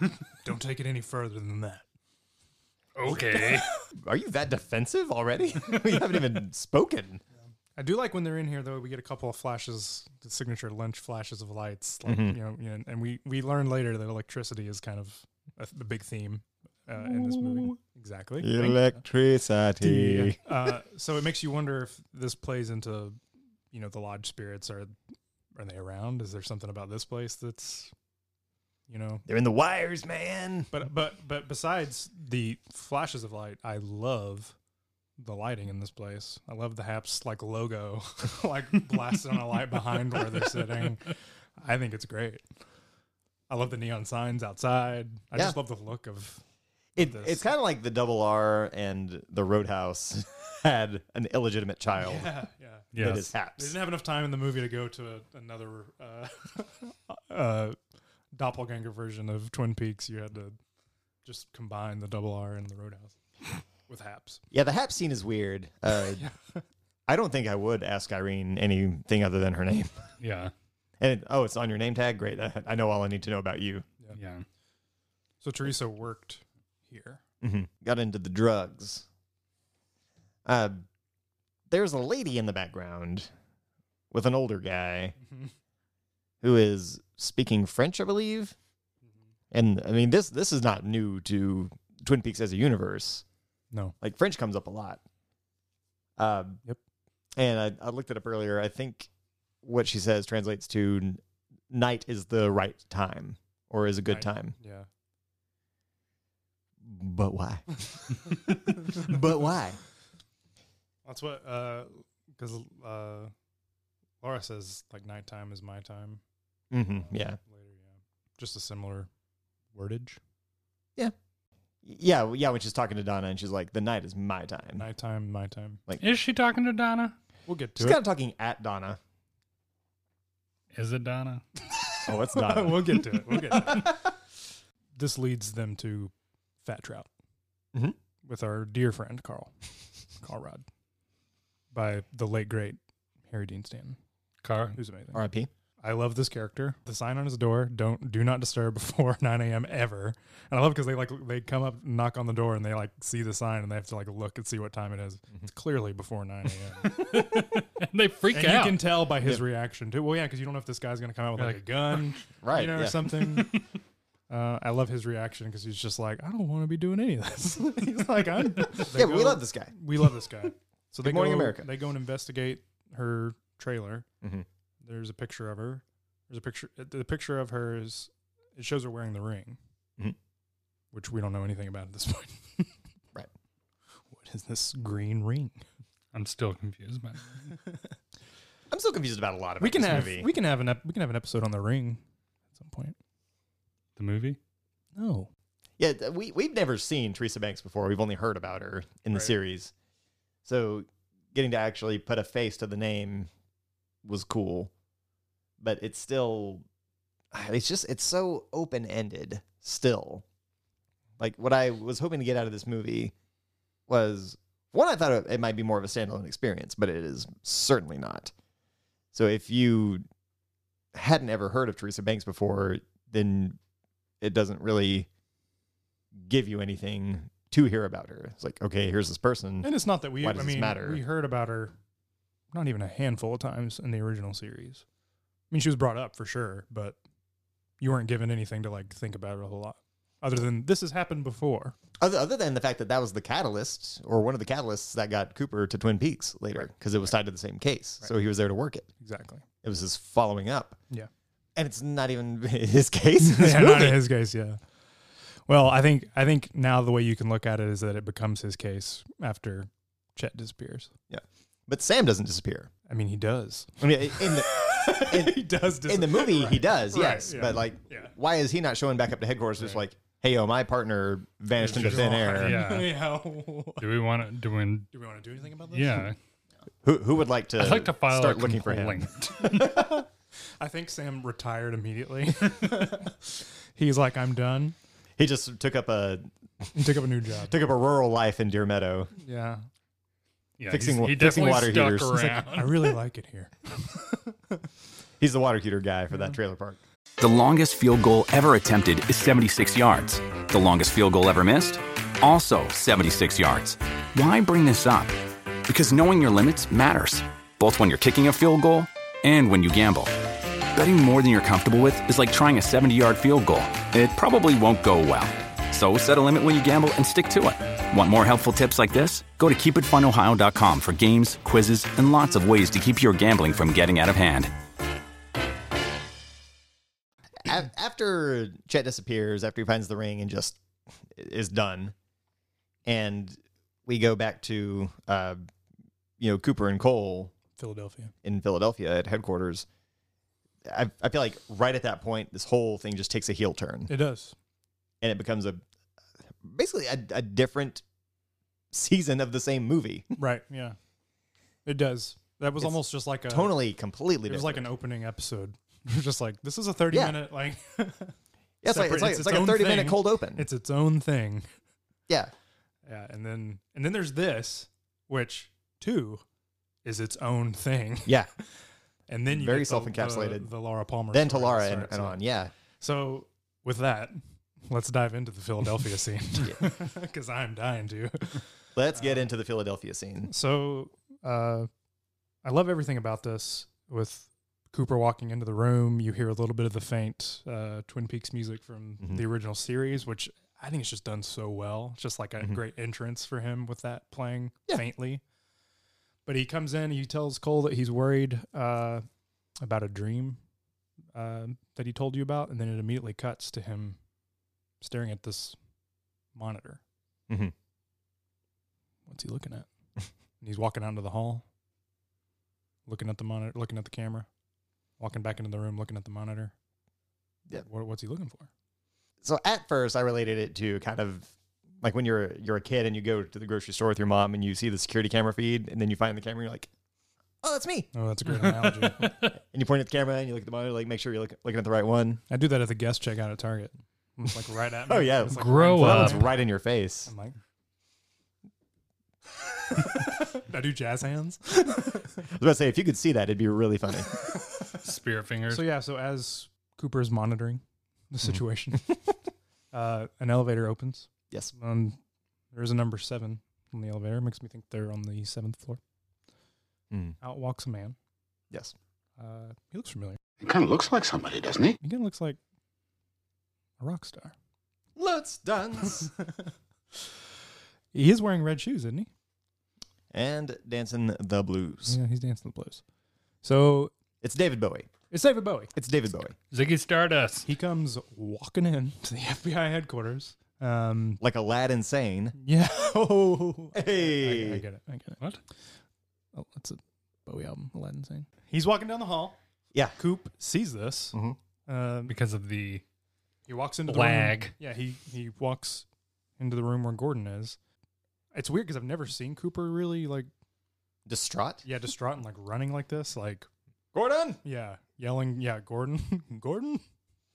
[SPEAKER 3] [LAUGHS] don't take it any further than that.
[SPEAKER 2] [LAUGHS] Okay.
[SPEAKER 1] Are you that defensive already? [LAUGHS] we haven't even spoken.
[SPEAKER 3] I do like when they're in here though. We get a couple of flashes, the signature lunch flashes of lights. Like,
[SPEAKER 1] Mm-hmm.
[SPEAKER 3] You know, you know, and we we learn later that electricity is kind of a, the big theme uh, in this movie.
[SPEAKER 1] Oh.
[SPEAKER 3] Exactly. Thank you.
[SPEAKER 1] Electricity.
[SPEAKER 3] Uh, so it makes you wonder if this plays into, you know, the lodge spirits are are they around? Is there something about this place that's, you know,
[SPEAKER 1] They're in the wires, man.
[SPEAKER 3] but but but besides the flashes of light, I love the lighting in this place. I love the Haps like logo, [LAUGHS] like blasted on a light behind where they're sitting. I think it's great. I love the neon signs outside. I just
[SPEAKER 1] Yeah.
[SPEAKER 3] love the look of [LAUGHS]
[SPEAKER 1] It,
[SPEAKER 3] this.
[SPEAKER 1] it's kind of like the double R and the Roadhouse [LAUGHS] had an illegitimate child
[SPEAKER 3] yeah, yeah.
[SPEAKER 1] that is
[SPEAKER 2] yes.
[SPEAKER 3] They
[SPEAKER 1] Haps.
[SPEAKER 3] didn't have enough time in the movie to go to a, another uh, [LAUGHS] uh, doppelganger version of Twin Peaks. You had to just combine the double R and the Roadhouse with Haps.
[SPEAKER 1] Yeah, the Haps scene is weird. Uh, I don't think I would ask Irene anything other than her name. [LAUGHS]
[SPEAKER 2] Yeah.
[SPEAKER 1] And oh, it's on your name tag. Great. [LAUGHS] I, I know all I need to know about you.
[SPEAKER 2] Yeah.
[SPEAKER 3] So Teresa worked here.
[SPEAKER 1] Mhm. Got into the drugs. Uh, there's a lady in the background with an older guy who is speaking French, I believe. And I mean this this is not new to Twin Peaks as a universe.
[SPEAKER 3] No.
[SPEAKER 1] Like French comes up a lot. Uh,
[SPEAKER 3] Yep.
[SPEAKER 1] And I, I looked it up earlier. I think what she says translates to n- "night is the right time" or "is a good
[SPEAKER 3] Night.
[SPEAKER 1] time."
[SPEAKER 3] Yeah.
[SPEAKER 1] but why? but why?
[SPEAKER 3] That's what, because uh, Laura says like nighttime is my time.
[SPEAKER 1] hmm yeah.
[SPEAKER 3] Later, yeah. Just a similar wordage.
[SPEAKER 1] Yeah, well, yeah, when she's talking to Donna and she's like, the night is my time.
[SPEAKER 3] Nighttime, my time.
[SPEAKER 2] Is she talking to Donna?
[SPEAKER 3] We'll get to
[SPEAKER 1] She's
[SPEAKER 3] it.
[SPEAKER 1] kind of talking at Donna.
[SPEAKER 2] Is it Donna?
[SPEAKER 1] Oh, it's [LAUGHS] Donna.
[SPEAKER 3] [LAUGHS] we'll get to it. We'll get to it. This leads them to Fat Trout
[SPEAKER 1] Mhm.
[SPEAKER 3] with our dear friend Carl, [LAUGHS] Carl Rod, by the late great Harry Dean Stanton,
[SPEAKER 2] Car.
[SPEAKER 3] who's amazing.
[SPEAKER 1] R.I.P.
[SPEAKER 3] I love this character. The sign on his door: "Don't do not disturb [LAUGHS] before 9 a.m. ever." And I love because they like they come up, knock on the door, and they like see the sign, and they have to like look and see what time it is. It's clearly before [LAUGHS] 9 a.m.
[SPEAKER 2] And [LAUGHS] they freak
[SPEAKER 3] and you
[SPEAKER 2] out.
[SPEAKER 3] can tell by his reaction too. Well, yeah, because you don't know if this guy's gonna come out with like, a [LAUGHS] gun,
[SPEAKER 1] Right,
[SPEAKER 3] You know,
[SPEAKER 1] yeah.
[SPEAKER 3] or [LAUGHS] something. uh, I love his reaction because he's just like, I don't want to be doing any of this. [LAUGHS] he's like, I'm,
[SPEAKER 1] Yeah, we love this guy.
[SPEAKER 3] we love this
[SPEAKER 1] [LAUGHS]
[SPEAKER 3] guy. So they
[SPEAKER 1] Good Morning
[SPEAKER 3] go,
[SPEAKER 1] America.
[SPEAKER 3] They go and investigate her trailer.
[SPEAKER 1] Mhm.
[SPEAKER 3] There's a picture of her. There's a picture. uh, The picture of her is it shows her wearing the ring,
[SPEAKER 1] Mhm.
[SPEAKER 3] which we don't know anything about at this [LAUGHS] point.
[SPEAKER 1] Right.
[SPEAKER 3] What is this green ring?
[SPEAKER 2] I'm still confused by it.
[SPEAKER 1] I'm still confused about a lot of
[SPEAKER 3] we can
[SPEAKER 1] this
[SPEAKER 3] have
[SPEAKER 1] movie.
[SPEAKER 3] we can have an ep- we can have an episode on the ring at some point.
[SPEAKER 2] the movie.
[SPEAKER 3] No,
[SPEAKER 1] Yeah, th- we we've never seen Teresa Banks before. We've only heard about her in the
[SPEAKER 2] Right.
[SPEAKER 1] series. So getting to actually put a face to the name was cool. But it's still [SIGHS] it's just it's so open-ended still. Like what I was hoping to get out of this movie was one I thought it- it might be more of a standalone experience, but it is certainly not. So if you hadn't ever heard of Teresa Banks before, then it doesn't really give you anything to hear about her. It's like, okay, here's this person.
[SPEAKER 3] and it's not that we.
[SPEAKER 1] Mm. Why does
[SPEAKER 3] I
[SPEAKER 1] this
[SPEAKER 3] mean,
[SPEAKER 1] matter?
[SPEAKER 3] we heard about her not even a handful of times in the original series. I mean, she was brought up for sure, but you weren't given anything to like think about it a whole lot, other than this has happened before.
[SPEAKER 1] Other, other than the fact that that was the catalyst or one of the catalysts that got Cooper to Twin Peaks later because it was tied to the same case. So he was there to work it.
[SPEAKER 3] Exactly.
[SPEAKER 1] It was his following up.
[SPEAKER 3] Yeah.
[SPEAKER 1] And it's not even [LAUGHS] his case. in [LAUGHS] this
[SPEAKER 3] [LAUGHS] yeah, not
[SPEAKER 1] movie.
[SPEAKER 3] in his case. Yeah. Well, I think I think now the way you can look at it is that it becomes his case after Chet disappears.
[SPEAKER 1] But Sam doesn't disappear.
[SPEAKER 3] I mean, he does.
[SPEAKER 1] I mean, in the,
[SPEAKER 3] [LAUGHS]
[SPEAKER 1] in,
[SPEAKER 3] he does.
[SPEAKER 1] in the movie, he does,
[SPEAKER 3] Right,
[SPEAKER 1] yes.
[SPEAKER 3] yeah.
[SPEAKER 1] But like,
[SPEAKER 3] Yeah.
[SPEAKER 1] why is he not showing back up to headquarters? Just like, hey, yo, my partner vanished into
[SPEAKER 3] Just
[SPEAKER 1] thin
[SPEAKER 3] gone. [LAUGHS]
[SPEAKER 1] air.
[SPEAKER 2] Yeah.
[SPEAKER 3] Yeah.
[SPEAKER 2] Do we want to do we,
[SPEAKER 3] Do we want to do anything about this?
[SPEAKER 2] Yeah.
[SPEAKER 1] Who, who would like to,
[SPEAKER 2] I'd like to file
[SPEAKER 1] start
[SPEAKER 2] a
[SPEAKER 1] looking for him?
[SPEAKER 2] complaint. [LAUGHS]
[SPEAKER 3] I think Sam retired immediately. [LAUGHS] He's like, I'm done.
[SPEAKER 1] He just took up a
[SPEAKER 3] And took up a new job.
[SPEAKER 1] took up a rural life in Deer Meadow.
[SPEAKER 3] Yeah.
[SPEAKER 2] Yeah,
[SPEAKER 1] Fixing
[SPEAKER 2] he's-
[SPEAKER 1] wa-
[SPEAKER 2] he
[SPEAKER 1] fixing
[SPEAKER 2] definitely
[SPEAKER 1] water
[SPEAKER 2] stuck [LAUGHS]
[SPEAKER 1] heaters. He's
[SPEAKER 2] Around.
[SPEAKER 3] I really like it here.
[SPEAKER 1] He's the water heater guy for that
[SPEAKER 3] Mm-hmm.
[SPEAKER 1] trailer park.
[SPEAKER 7] The longest field goal ever attempted is 76 yards. The longest field goal ever missed? Also 76 yards. Why bring this up? Because knowing your limits matters, both when you're kicking a field goal and when you gamble. Betting more than you're comfortable with is like trying a 70 yard field goal. It probably won't go well. So set a limit when you gamble and stick to it. Want more helpful tips like this? Go to keepitfunohio.com for games, quizzes, and lots of ways to keep your gambling from getting out of hand.
[SPEAKER 3] [CLEARS THROAT]
[SPEAKER 1] A- after Chet disappears, after he finds the ring and just is done, and we go back to uh, you know Cooper and Cole
[SPEAKER 3] Philadelphia.
[SPEAKER 1] in Philadelphia at headquarters. I, I feel like right at that point, this whole thing just takes a heel turn,
[SPEAKER 3] It does.
[SPEAKER 1] and it becomes a basically a, a different season of the same movie.
[SPEAKER 3] Right. Yeah. It does. That was
[SPEAKER 1] It's
[SPEAKER 3] almost just like a
[SPEAKER 1] Tonally, completely
[SPEAKER 3] It was
[SPEAKER 1] different.
[SPEAKER 3] like an opening episode. [LAUGHS] It was just like this is a 30
[SPEAKER 1] Yeah.
[SPEAKER 3] minute like [LAUGHS]
[SPEAKER 1] Yeah, it's like it's
[SPEAKER 3] separate-
[SPEAKER 1] like,
[SPEAKER 3] it's
[SPEAKER 1] it's
[SPEAKER 3] its
[SPEAKER 1] like a
[SPEAKER 3] own
[SPEAKER 1] thirty minute
[SPEAKER 3] thing.
[SPEAKER 1] cold open.
[SPEAKER 3] it's its own thing. [LAUGHS]
[SPEAKER 1] yeah,
[SPEAKER 3] Yeah, and then and then there's this which too is its own thing. [LAUGHS]
[SPEAKER 1] yeah.
[SPEAKER 3] And then you
[SPEAKER 1] Very
[SPEAKER 3] get the-
[SPEAKER 1] self-encapsulated.
[SPEAKER 3] The, the Laura Palmer.
[SPEAKER 1] Then to
[SPEAKER 3] story
[SPEAKER 1] Laura
[SPEAKER 3] that
[SPEAKER 1] and,
[SPEAKER 3] starts
[SPEAKER 1] and
[SPEAKER 3] it.
[SPEAKER 1] on. Yeah,
[SPEAKER 3] So with that, let's dive into
[SPEAKER 1] [LAUGHS]
[SPEAKER 3] the Philadelphia scene [LAUGHS] because I'm dying to.
[SPEAKER 1] let's
[SPEAKER 3] Uh,
[SPEAKER 1] get into the Philadelphia scene.
[SPEAKER 3] So uh, I love everything about this. With Cooper walking into the room, you hear a little bit of the faint uh, Twin Peaks music from
[SPEAKER 1] Mhm.
[SPEAKER 3] the original series, which I think it's just done so well. It's just like a
[SPEAKER 1] Mhm.
[SPEAKER 3] great entrance for him with that playing
[SPEAKER 1] Yeah.
[SPEAKER 3] faintly. But he comes in, he tells Cole that he's worried uh, about a dream uh, that he told you about, and then it immediately cuts to him staring at this monitor.
[SPEAKER 1] Mhm.
[SPEAKER 3] What's he looking at? and [LAUGHS] he's walking out into the hall, looking at the monitor, looking at the camera, walking back into the room, looking at the monitor.
[SPEAKER 1] Yeah.
[SPEAKER 3] What, what's he looking for?
[SPEAKER 1] so at first I related it to kind of like when you're you're a kid and you go to the grocery store with your mom and you see the security camera feed and then you find the camera and you're like, oh that's me,
[SPEAKER 3] Oh, that's a great [LAUGHS] analogy.
[SPEAKER 1] and you point at the camera and you look at the monitor like make sure you're look, looking at the right one.
[SPEAKER 3] I do that at the guest checkout at Target. It's like right at me.
[SPEAKER 1] Oh, yeah.
[SPEAKER 3] It's like
[SPEAKER 2] Grow
[SPEAKER 1] So
[SPEAKER 3] right in
[SPEAKER 1] that
[SPEAKER 2] up.
[SPEAKER 1] one's
[SPEAKER 3] front of me.
[SPEAKER 1] Uh, right in your face.
[SPEAKER 3] I'm like, [LAUGHS] I do jazz hands.
[SPEAKER 1] I was about to say if you could see that it'd be really
[SPEAKER 3] [LAUGHS]
[SPEAKER 1] funny.
[SPEAKER 2] [LAUGHS] Spirit fingers.
[SPEAKER 3] So yeah, so as Cooper is monitoring the [LAUGHS] situation, uh, an elevator opens.
[SPEAKER 1] yes.
[SPEAKER 3] Um, there is a number seven on the elevator. Makes me think they're on the seventh floor.
[SPEAKER 1] Mm.
[SPEAKER 3] Out walks a man.
[SPEAKER 1] Yes.
[SPEAKER 3] Uh, he looks familiar.
[SPEAKER 8] He kind of looks like somebody, doesn't he?
[SPEAKER 3] He kind of looks like a rock star.
[SPEAKER 1] Let's dance
[SPEAKER 3] He is wearing red shoes, isn't he?
[SPEAKER 1] [LAUGHS] and dancing the blues.
[SPEAKER 3] Yeah, he's dancing the blues. So
[SPEAKER 1] It's David Bowie.
[SPEAKER 3] it's David Bowie.
[SPEAKER 1] It's David Bowie.
[SPEAKER 2] Ziggy Stardust.
[SPEAKER 3] He comes walking in to the [LAUGHS] FBI headquarters. Um,
[SPEAKER 1] Like a lad insane.
[SPEAKER 3] yeah. [LAUGHS] Oh,
[SPEAKER 1] Hey.
[SPEAKER 3] I, I get it. I get it.
[SPEAKER 2] What?
[SPEAKER 3] Oh, that's a Bowie album, Aladdin Sane. He's walking down the hall.
[SPEAKER 1] Yeah.
[SPEAKER 3] Coop sees this.
[SPEAKER 1] Mhm.
[SPEAKER 3] Um,
[SPEAKER 2] Because of the
[SPEAKER 3] he walks into the
[SPEAKER 2] lag.
[SPEAKER 3] room. Yeah, he, he walks into the room where Gordon is. It's weird because I've never seen Cooper really like
[SPEAKER 1] Distraught.
[SPEAKER 3] yeah distraught and like running like this like
[SPEAKER 1] Gordon.
[SPEAKER 3] yeah yelling yeah Gordon [LAUGHS] Gordon.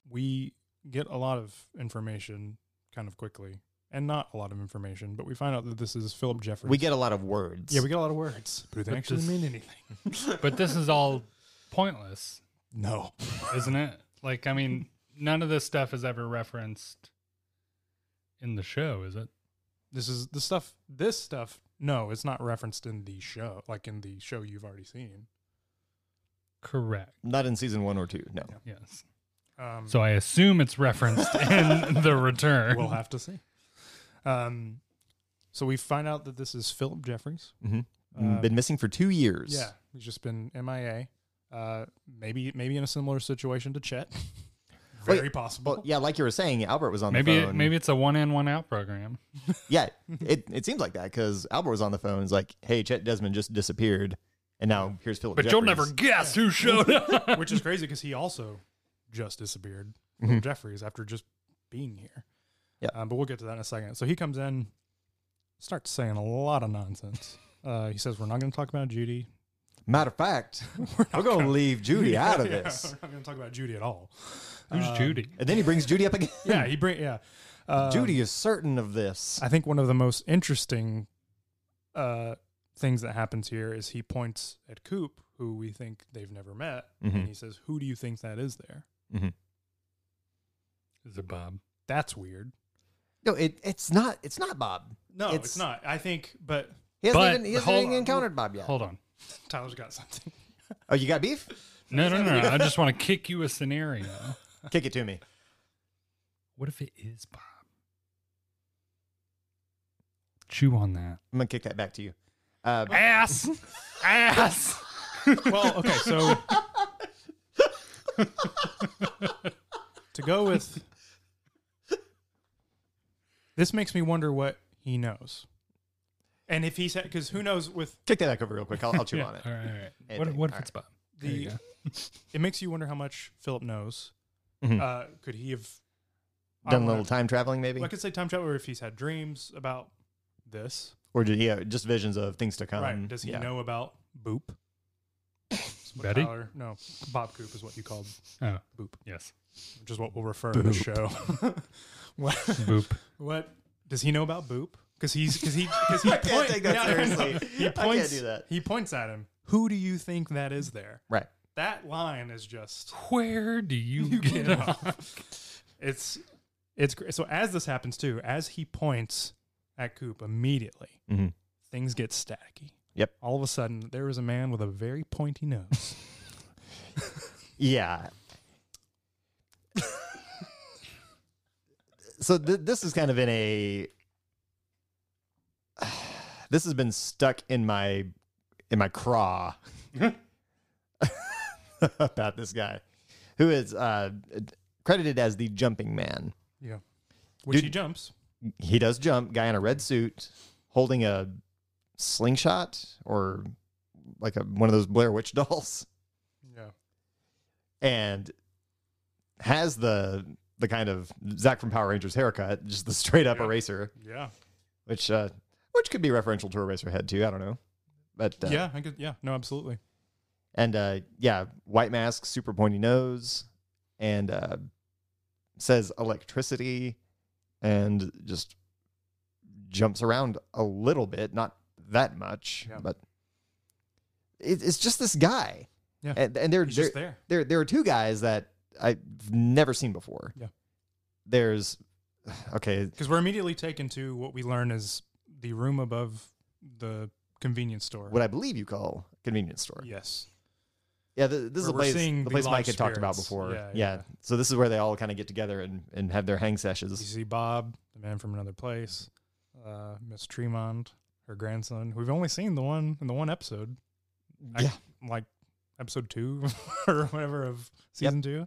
[SPEAKER 3] We get a lot of information kind of quickly and not a lot of information, but we find out that this is Philip Jeffries.
[SPEAKER 1] We get a lot of words.
[SPEAKER 3] yeah we get a lot of words, but they
[SPEAKER 2] But
[SPEAKER 3] actually
[SPEAKER 2] this-
[SPEAKER 3] mean anything.
[SPEAKER 2] But this is all pointless,
[SPEAKER 3] No.
[SPEAKER 2] isn't it? Like, I mean, none of this stuff is ever referenced in the show, is it?
[SPEAKER 3] [LAUGHS] this is the stuff this stuff no it's not referenced in the show like in the show you've already seen
[SPEAKER 2] Correct.
[SPEAKER 1] Not in season one or two. No.
[SPEAKER 2] Yes.
[SPEAKER 3] um
[SPEAKER 2] So I assume it's
[SPEAKER 1] [LAUGHS]
[SPEAKER 2] referenced in the return.
[SPEAKER 3] we'll have to see um so we find out that this is philip jeffries
[SPEAKER 1] Mm, Been missing for two years.
[SPEAKER 3] yeah he's just been mia uh maybe maybe in a similar situation to chet very
[SPEAKER 1] Wait,
[SPEAKER 3] possible
[SPEAKER 1] Well, yeah, like you were saying, Albert was on
[SPEAKER 2] Maybe
[SPEAKER 1] the
[SPEAKER 2] it,
[SPEAKER 1] phone.
[SPEAKER 2] maybe it's a one in one out program.
[SPEAKER 1] yeah, it, it seems like that because Albert was on the phone. It's like, hey, Chet Desmond just disappeared, and now here's Philip.
[SPEAKER 2] But you'll never
[SPEAKER 1] Jeffries.
[SPEAKER 2] guess who showed up.
[SPEAKER 3] which is crazy because he also just disappeared from Jeffries after just being here.
[SPEAKER 1] Mm-hmm. Yeah.
[SPEAKER 3] Um, but we'll get to that in a second. So he comes in, starts saying a lot of nonsense. Uh, he says, We're not going to talk about Judy.
[SPEAKER 1] Matter of fact, [LAUGHS] we're, going to leave
[SPEAKER 3] [LAUGHS]
[SPEAKER 1] Judy out
[SPEAKER 2] [LAUGHS]
[SPEAKER 1] of this.
[SPEAKER 3] We're not going to talk about Judy
[SPEAKER 1] [LAUGHS]
[SPEAKER 3] at all.
[SPEAKER 2] [LAUGHS] Who's Judy?
[SPEAKER 1] And then Uh, he brings Judy up again.
[SPEAKER 3] Yeah. He bring, yeah.
[SPEAKER 2] Um,
[SPEAKER 3] Uh,
[SPEAKER 1] Judy is certain of this.
[SPEAKER 3] I think one of the most interesting uh, things that happens here is he points at Coop, who we think they've never met,
[SPEAKER 1] Mhm.
[SPEAKER 3] and he says, Who do you think that is there?
[SPEAKER 2] Is it Bob?
[SPEAKER 3] That's weird.
[SPEAKER 1] No, it, it's not. It's not Bob.
[SPEAKER 3] No,
[SPEAKER 1] It's-
[SPEAKER 3] it's not. I think, but
[SPEAKER 1] He hasn't
[SPEAKER 2] But-
[SPEAKER 1] even, he hasn't
[SPEAKER 2] hold
[SPEAKER 1] even
[SPEAKER 2] on.
[SPEAKER 1] encountered Bob yet.
[SPEAKER 2] Hold on.
[SPEAKER 3] Tyler's got something.
[SPEAKER 1] Oh, you got beef?
[SPEAKER 2] No, no, no, no. I just want to kick you a scenario.
[SPEAKER 1] Kick it to me.
[SPEAKER 2] What if it is Bob? Chew on that.
[SPEAKER 1] I'm gonna kick that back to you. Uh,
[SPEAKER 2] Ass! Ass!
[SPEAKER 3] Well, okay, so to go with this makes me wonder what he knows, and if he said because who knows with
[SPEAKER 1] kick that back over real quick. I'll, I'll
[SPEAKER 2] [LAUGHS]
[SPEAKER 1] chew [LAUGHS] on it.
[SPEAKER 2] All right, all right.
[SPEAKER 1] Hey,
[SPEAKER 2] What,
[SPEAKER 1] hey,
[SPEAKER 2] what if
[SPEAKER 1] all
[SPEAKER 2] it's Bob? There you
[SPEAKER 1] [LAUGHS]
[SPEAKER 3] the
[SPEAKER 2] go.
[SPEAKER 3] it makes you wonder how much Philip knows.
[SPEAKER 1] Mhm.
[SPEAKER 3] Uh, could he have I
[SPEAKER 1] Done a
[SPEAKER 3] don't
[SPEAKER 1] little
[SPEAKER 3] know.
[SPEAKER 1] time traveling, maybe,
[SPEAKER 3] I could say time travel, or if he's had dreams about this.
[SPEAKER 1] or did he have just visions of things to come?
[SPEAKER 3] right? Does he
[SPEAKER 1] Um, Yeah.
[SPEAKER 3] know about Boop? That's what
[SPEAKER 2] Betty?
[SPEAKER 3] Tyler- no, Bob Coop is what you called,
[SPEAKER 2] Oh,
[SPEAKER 3] Boop.
[SPEAKER 2] yes.
[SPEAKER 3] which is what we'll refer to the show. [LAUGHS] what?
[SPEAKER 2] Boop.
[SPEAKER 3] What does he know about Boop? Because he's because he because
[SPEAKER 1] [LAUGHS]
[SPEAKER 3] he,
[SPEAKER 1] I can't
[SPEAKER 3] point- [LAUGHS]
[SPEAKER 1] take that
[SPEAKER 3] no, no, no.
[SPEAKER 1] seriously. I
[SPEAKER 3] He
[SPEAKER 1] can't
[SPEAKER 3] points.
[SPEAKER 1] do that.
[SPEAKER 3] He points at him. Who do you think that is there?
[SPEAKER 1] Right.
[SPEAKER 3] That line is just
[SPEAKER 2] Where do you, get, off?
[SPEAKER 3] it's it's gr- so as this happens too as he points at Coop immediately
[SPEAKER 1] Mhm.
[SPEAKER 3] things get staticky.
[SPEAKER 1] Yep.
[SPEAKER 3] All of a sudden there is a man with a very
[SPEAKER 1] [LAUGHS]
[SPEAKER 3] pointy nose.
[SPEAKER 1] Yeah. so th- this is kind of in a. [SIGHS] This has been stuck in my, in my craw, [LAUGHS] about this guy, who is uh, credited as the jumping man.
[SPEAKER 3] yeah. Which
[SPEAKER 1] Dude.
[SPEAKER 3] he jumps.
[SPEAKER 1] he does jump. Guy in a red suit holding a slingshot or like a, one of those Blair Witch dolls,
[SPEAKER 3] Yeah.
[SPEAKER 1] and has the the kind of Zach from Power Rangers haircut, just the straight up
[SPEAKER 3] Yeah.
[SPEAKER 1] eraser,
[SPEAKER 3] Yeah.
[SPEAKER 1] which uh, which could be referential to Eraserhead too. I don't know, but uh,
[SPEAKER 3] Yeah. I could, yeah. No, absolutely.
[SPEAKER 1] and uh, yeah, white mask, super pointy nose, and uh, says electricity, and just jumps around a little bit, not that much,
[SPEAKER 3] Yeah.
[SPEAKER 1] but it, it's just this guy.
[SPEAKER 3] Yeah.
[SPEAKER 1] and, and they're,
[SPEAKER 3] He's
[SPEAKER 1] they're
[SPEAKER 3] just there.
[SPEAKER 1] there there are two guys that I've never seen before.
[SPEAKER 3] Yeah.
[SPEAKER 1] There's [SIGHS] okay,
[SPEAKER 3] Because we're immediately taken to what we learn is the room above the convenience store.
[SPEAKER 1] what I believe you call convenience store.
[SPEAKER 3] yes.
[SPEAKER 1] Yeah, th- this is a
[SPEAKER 3] Where
[SPEAKER 1] place,
[SPEAKER 3] we're seeing
[SPEAKER 1] the
[SPEAKER 3] the
[SPEAKER 1] place
[SPEAKER 3] live
[SPEAKER 1] Mike had talked about
[SPEAKER 3] spirits.
[SPEAKER 1] before. Yeah,
[SPEAKER 3] Yeah, yeah.
[SPEAKER 1] So this is where they all kind of get together and, and have their hang
[SPEAKER 3] You
[SPEAKER 1] sessions.
[SPEAKER 3] see Bob, the man from another place, uh, Miss Tremont, her grandson. We've only seen the one in the one episode. I-
[SPEAKER 1] Yeah.
[SPEAKER 3] Like episode two [LAUGHS] or whatever of season two.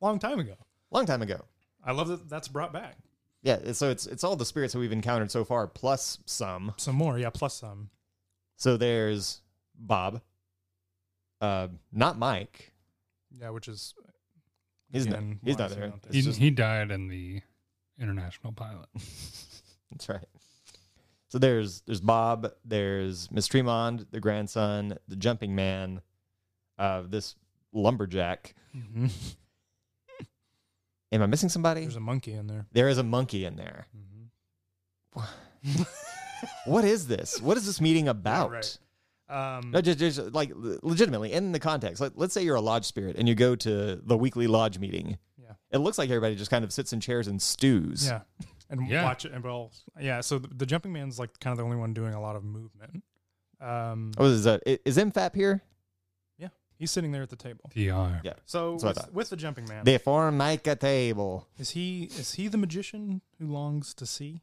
[SPEAKER 3] Long time ago.
[SPEAKER 1] Long time ago.
[SPEAKER 3] I love that that's brought back.
[SPEAKER 1] Yeah. and So it's it's all the spirits that we've encountered so far, plus some.
[SPEAKER 3] Some more. Yeah. Plus some.
[SPEAKER 1] So there's Bob. Uh, not Mike.
[SPEAKER 3] Yeah. Which is,
[SPEAKER 1] He's not.
[SPEAKER 3] Again,
[SPEAKER 1] He's
[SPEAKER 3] why
[SPEAKER 1] not
[SPEAKER 3] is he
[SPEAKER 1] there.
[SPEAKER 3] not there?
[SPEAKER 1] It's
[SPEAKER 2] He,
[SPEAKER 1] just-
[SPEAKER 2] he died in the international pilot.
[SPEAKER 1] That's right. So there's there's Bob, there's Miss Tremond, the grandson, the jumping man, uh, this lumberjack. Am I missing somebody?
[SPEAKER 3] Mm-hmm. there's a monkey in there.
[SPEAKER 1] there is a monkey in there. what is this? What is this meeting about?
[SPEAKER 3] Mm-hmm. right. Um,
[SPEAKER 1] No, just, just like le- legitimately in the context. Like, let's say you're a lodge spirit and you go to the weekly lodge meeting.
[SPEAKER 3] Yeah.
[SPEAKER 1] It looks like everybody just kind of sits in chairs and stews.
[SPEAKER 3] Yeah. And
[SPEAKER 2] Yeah.
[SPEAKER 3] watch it. And well, yeah. So the, the jumping man's like kind of the only one doing a lot of movement. Um,
[SPEAKER 1] Oh, is that is MFAP here?
[SPEAKER 3] yeah. He's sitting there at the table.
[SPEAKER 2] TR.
[SPEAKER 1] Yeah.
[SPEAKER 3] So
[SPEAKER 1] That's what I
[SPEAKER 3] with,
[SPEAKER 1] thought.
[SPEAKER 3] with the jumping man,
[SPEAKER 1] They form make a table.
[SPEAKER 3] is he is he the magician who longs to see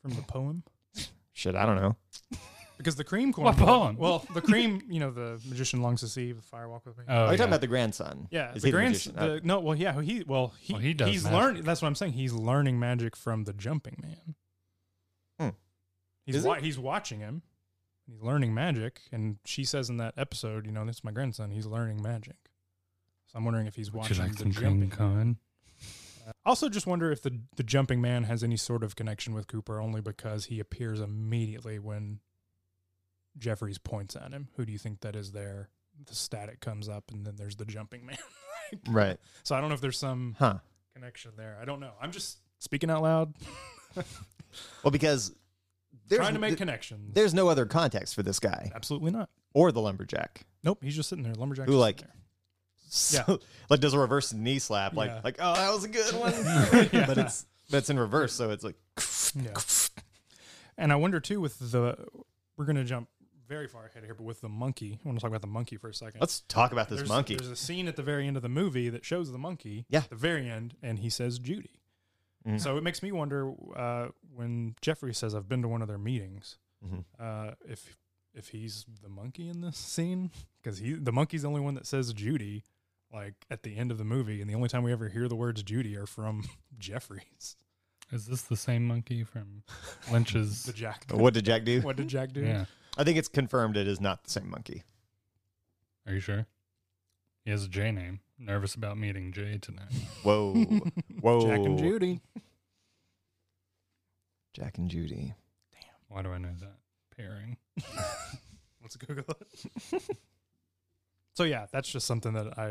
[SPEAKER 3] from the poem?
[SPEAKER 1] Shit, I don't know.
[SPEAKER 3] Because the cream corn.
[SPEAKER 2] What poem? [LAUGHS]
[SPEAKER 3] Well, the cream. You know, the magician longs to see the fire walk with me.
[SPEAKER 2] Oh,
[SPEAKER 1] Are you
[SPEAKER 2] yeah.
[SPEAKER 1] talking about the grandson?
[SPEAKER 3] yeah,
[SPEAKER 1] Is
[SPEAKER 3] the
[SPEAKER 1] he the
[SPEAKER 3] grand.
[SPEAKER 1] magician?
[SPEAKER 3] The, no, well, yeah, he well he
[SPEAKER 2] Well, he does
[SPEAKER 3] he's
[SPEAKER 2] magic.
[SPEAKER 3] learning. That's what I'm saying. He's learning magic from the jumping man.
[SPEAKER 1] Hmm.
[SPEAKER 3] He's
[SPEAKER 1] Is he?
[SPEAKER 3] wa- he's watching him. He's learning magic, and she says in that episode, you know, this is my grandson. He's learning magic. So I'm wondering if he's
[SPEAKER 2] Would you
[SPEAKER 3] watching
[SPEAKER 2] like
[SPEAKER 3] the
[SPEAKER 2] some cream
[SPEAKER 3] jumping.
[SPEAKER 2] cone?
[SPEAKER 3] Also, just wonder if the the jumping man has any sort of connection with Cooper, only because he appears immediately when Jeffries points at him. Who do you think that is? There, the static comes up, and then there's the jumping man. [LAUGHS] Like,
[SPEAKER 1] right.
[SPEAKER 3] so I don't know if there's some
[SPEAKER 1] Huh.
[SPEAKER 3] connection there. I don't know. I'm just speaking out loud,
[SPEAKER 1] Well, because there's,
[SPEAKER 3] trying to make
[SPEAKER 1] th-
[SPEAKER 3] connections.
[SPEAKER 1] there's no other context for this guy
[SPEAKER 3] Absolutely not.
[SPEAKER 1] or the lumberjack.
[SPEAKER 3] Nope, he's just sitting there, lumberjack.
[SPEAKER 1] Who,
[SPEAKER 3] just
[SPEAKER 1] like-
[SPEAKER 3] sitting
[SPEAKER 1] So, [LAUGHS] like does a reverse knee slap, like
[SPEAKER 3] Yeah.
[SPEAKER 1] like oh that was a good
[SPEAKER 3] [LAUGHS]
[SPEAKER 1] one, [LAUGHS] but it's but it's in reverse, so it's like
[SPEAKER 3] there. Yeah. And I wonder too with the we're gonna jump very far ahead here, but with the monkey, I want to talk about the monkey for a second.
[SPEAKER 1] let's talk about this
[SPEAKER 3] there's,
[SPEAKER 1] monkey.
[SPEAKER 3] There's a scene at the very end of the movie that shows the monkey.
[SPEAKER 1] Yeah. Mm-hmm.
[SPEAKER 3] At the very end, and he says Judy. So it makes me wonder uh, when Jeffrey says, "I've been to one of their meetings,"
[SPEAKER 1] Mhm.
[SPEAKER 3] uh, if if he's the monkey in this scene because he the monkey's the only one that says Judy, like at the end of the movie, and the only time we ever hear the words Judy are from [LAUGHS] Jeffrey's
[SPEAKER 2] Is this the same
[SPEAKER 1] [LAUGHS]
[SPEAKER 2] monkey from Lynch's?
[SPEAKER 3] the Jack.
[SPEAKER 1] What did Jack do?
[SPEAKER 3] [LAUGHS] What did Jack do?
[SPEAKER 2] yeah.
[SPEAKER 1] I think it's confirmed it is not the same monkey.
[SPEAKER 2] Are you sure? He has a J name. Nervous about meeting Jay tonight.
[SPEAKER 3] [LAUGHS]
[SPEAKER 1] Whoa, whoa,
[SPEAKER 3] Jack and Judy.
[SPEAKER 1] Jack and Judy.
[SPEAKER 2] Why do I know that pairing?
[SPEAKER 3] Let's Google it. [LAUGHS] so yeah, that's just something that I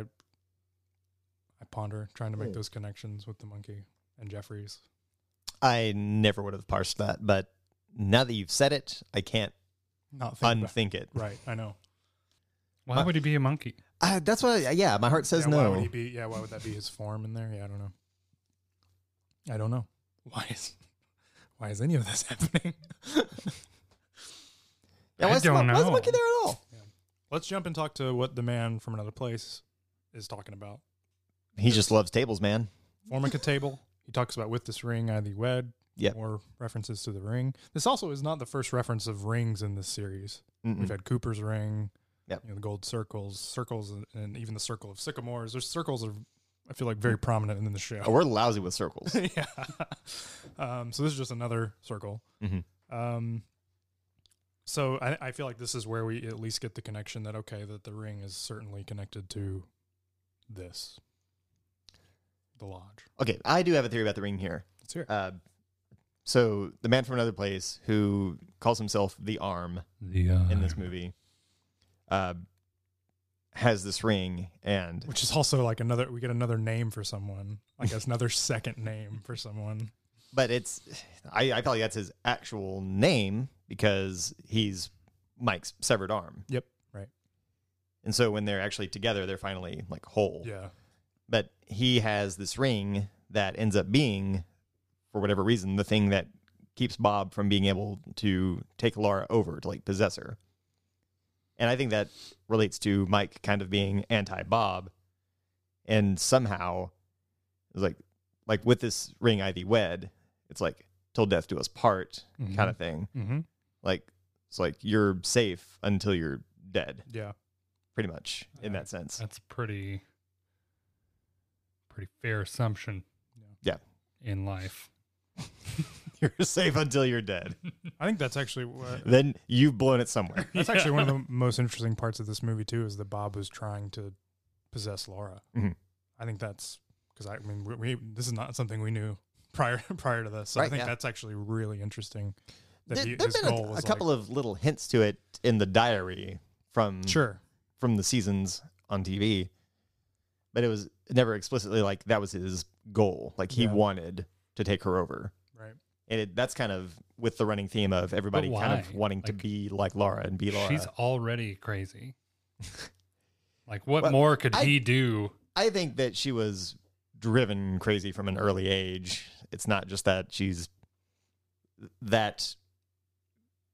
[SPEAKER 3] I ponder trying to make those connections with the monkey and Jeffries.
[SPEAKER 1] I never would have parsed that, but now that you've said it, I can't
[SPEAKER 3] Not think about- [LAUGHS]
[SPEAKER 1] unthink it.
[SPEAKER 3] Right, I know.
[SPEAKER 2] Why would he be a monkey?
[SPEAKER 1] Uh, that's what. I, yeah, my heart says
[SPEAKER 3] yeah, Why
[SPEAKER 1] no.
[SPEAKER 3] would he be? Yeah, why would that be his form in there? Yeah, I don't know. I don't know. Why is why is any of this [LAUGHS] happening?
[SPEAKER 1] Yeah,
[SPEAKER 2] I
[SPEAKER 1] why's the
[SPEAKER 2] don't
[SPEAKER 1] mon- Why's the
[SPEAKER 2] know.
[SPEAKER 1] monkey there at all?
[SPEAKER 3] Let's jump and talk to what the man from another place is talking about.
[SPEAKER 1] He just loves tables, man.
[SPEAKER 3] Forming a table. He talks about with this ring I thee wed.
[SPEAKER 1] Yep.
[SPEAKER 3] More references to the ring. This also is not the first reference of rings in this series. We've
[SPEAKER 1] Mm-mm.
[SPEAKER 3] had Cooper's ring,
[SPEAKER 1] Yep.
[SPEAKER 3] you know, the gold circles, circles, and- and even the circle of sycamores. There's circles of I feel like very prominent in the show.
[SPEAKER 1] Mm.
[SPEAKER 3] [LAUGHS]
[SPEAKER 1] Oh, we're lousy with circles.
[SPEAKER 3] yeah. Um, so this is just another circle.
[SPEAKER 1] Mhm.
[SPEAKER 3] Um, so I, I feel like this is where we at least get the connection that okay, that the ring is certainly connected to this, the lodge.
[SPEAKER 1] [LAUGHS] okay, I do have a theory about the ring here.
[SPEAKER 3] Let's hear it.
[SPEAKER 1] Uh, so the man from another place who calls himself the Arm
[SPEAKER 2] The uh,
[SPEAKER 1] in this movie uh, has this ring, and
[SPEAKER 3] Which is also like another we get another name for someone, like that's another [LAUGHS] second name for someone.
[SPEAKER 1] but it's I, I feel like that's his actual name because he's Mike's severed arm,
[SPEAKER 3] Yep. Right.
[SPEAKER 1] and so when they're actually together, they're finally like whole.
[SPEAKER 3] Yeah.
[SPEAKER 1] But he has this ring that ends up being, for whatever reason, the thing that keeps Bob from being able to take Laura over to like possess her. And I think that relates to Mike kind of being anti Bob, and somehow, it's like like with this ring I thee wed, it's like till death do us part kind of thing.
[SPEAKER 3] Mm-hmm.
[SPEAKER 1] Like it's like you're safe until you're dead,
[SPEAKER 3] Yeah.
[SPEAKER 1] pretty much in
[SPEAKER 2] Yeah.
[SPEAKER 1] that sense.
[SPEAKER 2] that's pretty pretty fair assumption.
[SPEAKER 1] Yeah.
[SPEAKER 2] In life.
[SPEAKER 1] [LAUGHS] You're safe until you're dead.
[SPEAKER 3] I think that's
[SPEAKER 1] [LAUGHS]
[SPEAKER 3] actually what,
[SPEAKER 1] then you've blown it somewhere.
[SPEAKER 3] that's actually one of the most interesting parts of this movie too is that Bob was trying to possess Laura.
[SPEAKER 1] Mhm.
[SPEAKER 3] I think that's because I mean we, we this is not something we knew [LAUGHS] prior prior to this. So I
[SPEAKER 1] Right,
[SPEAKER 3] think
[SPEAKER 1] yeah.
[SPEAKER 3] that's actually really interesting. [LAUGHS] That
[SPEAKER 1] There,
[SPEAKER 3] he,
[SPEAKER 1] there've
[SPEAKER 3] his
[SPEAKER 1] been
[SPEAKER 3] goal
[SPEAKER 1] a,
[SPEAKER 3] was
[SPEAKER 1] a couple of little hints to it in the diary from
[SPEAKER 3] sure.
[SPEAKER 1] from the seasons on TV, but it was never explicitly like that was his goal. Like he
[SPEAKER 3] Yeah.
[SPEAKER 1] wanted to take her over,
[SPEAKER 3] Right.
[SPEAKER 1] and it, that's kind of with the running theme of everybody kind of
[SPEAKER 2] why?
[SPEAKER 1] wanting to
[SPEAKER 2] Like,
[SPEAKER 1] be like Laura and be Laura.
[SPEAKER 2] She's already
[SPEAKER 1] [LAUGHS]
[SPEAKER 2] crazy. like what
[SPEAKER 1] Well,
[SPEAKER 2] more could
[SPEAKER 1] I-
[SPEAKER 2] he do?
[SPEAKER 1] I think that she was driven crazy from an early age. It's not just that she's that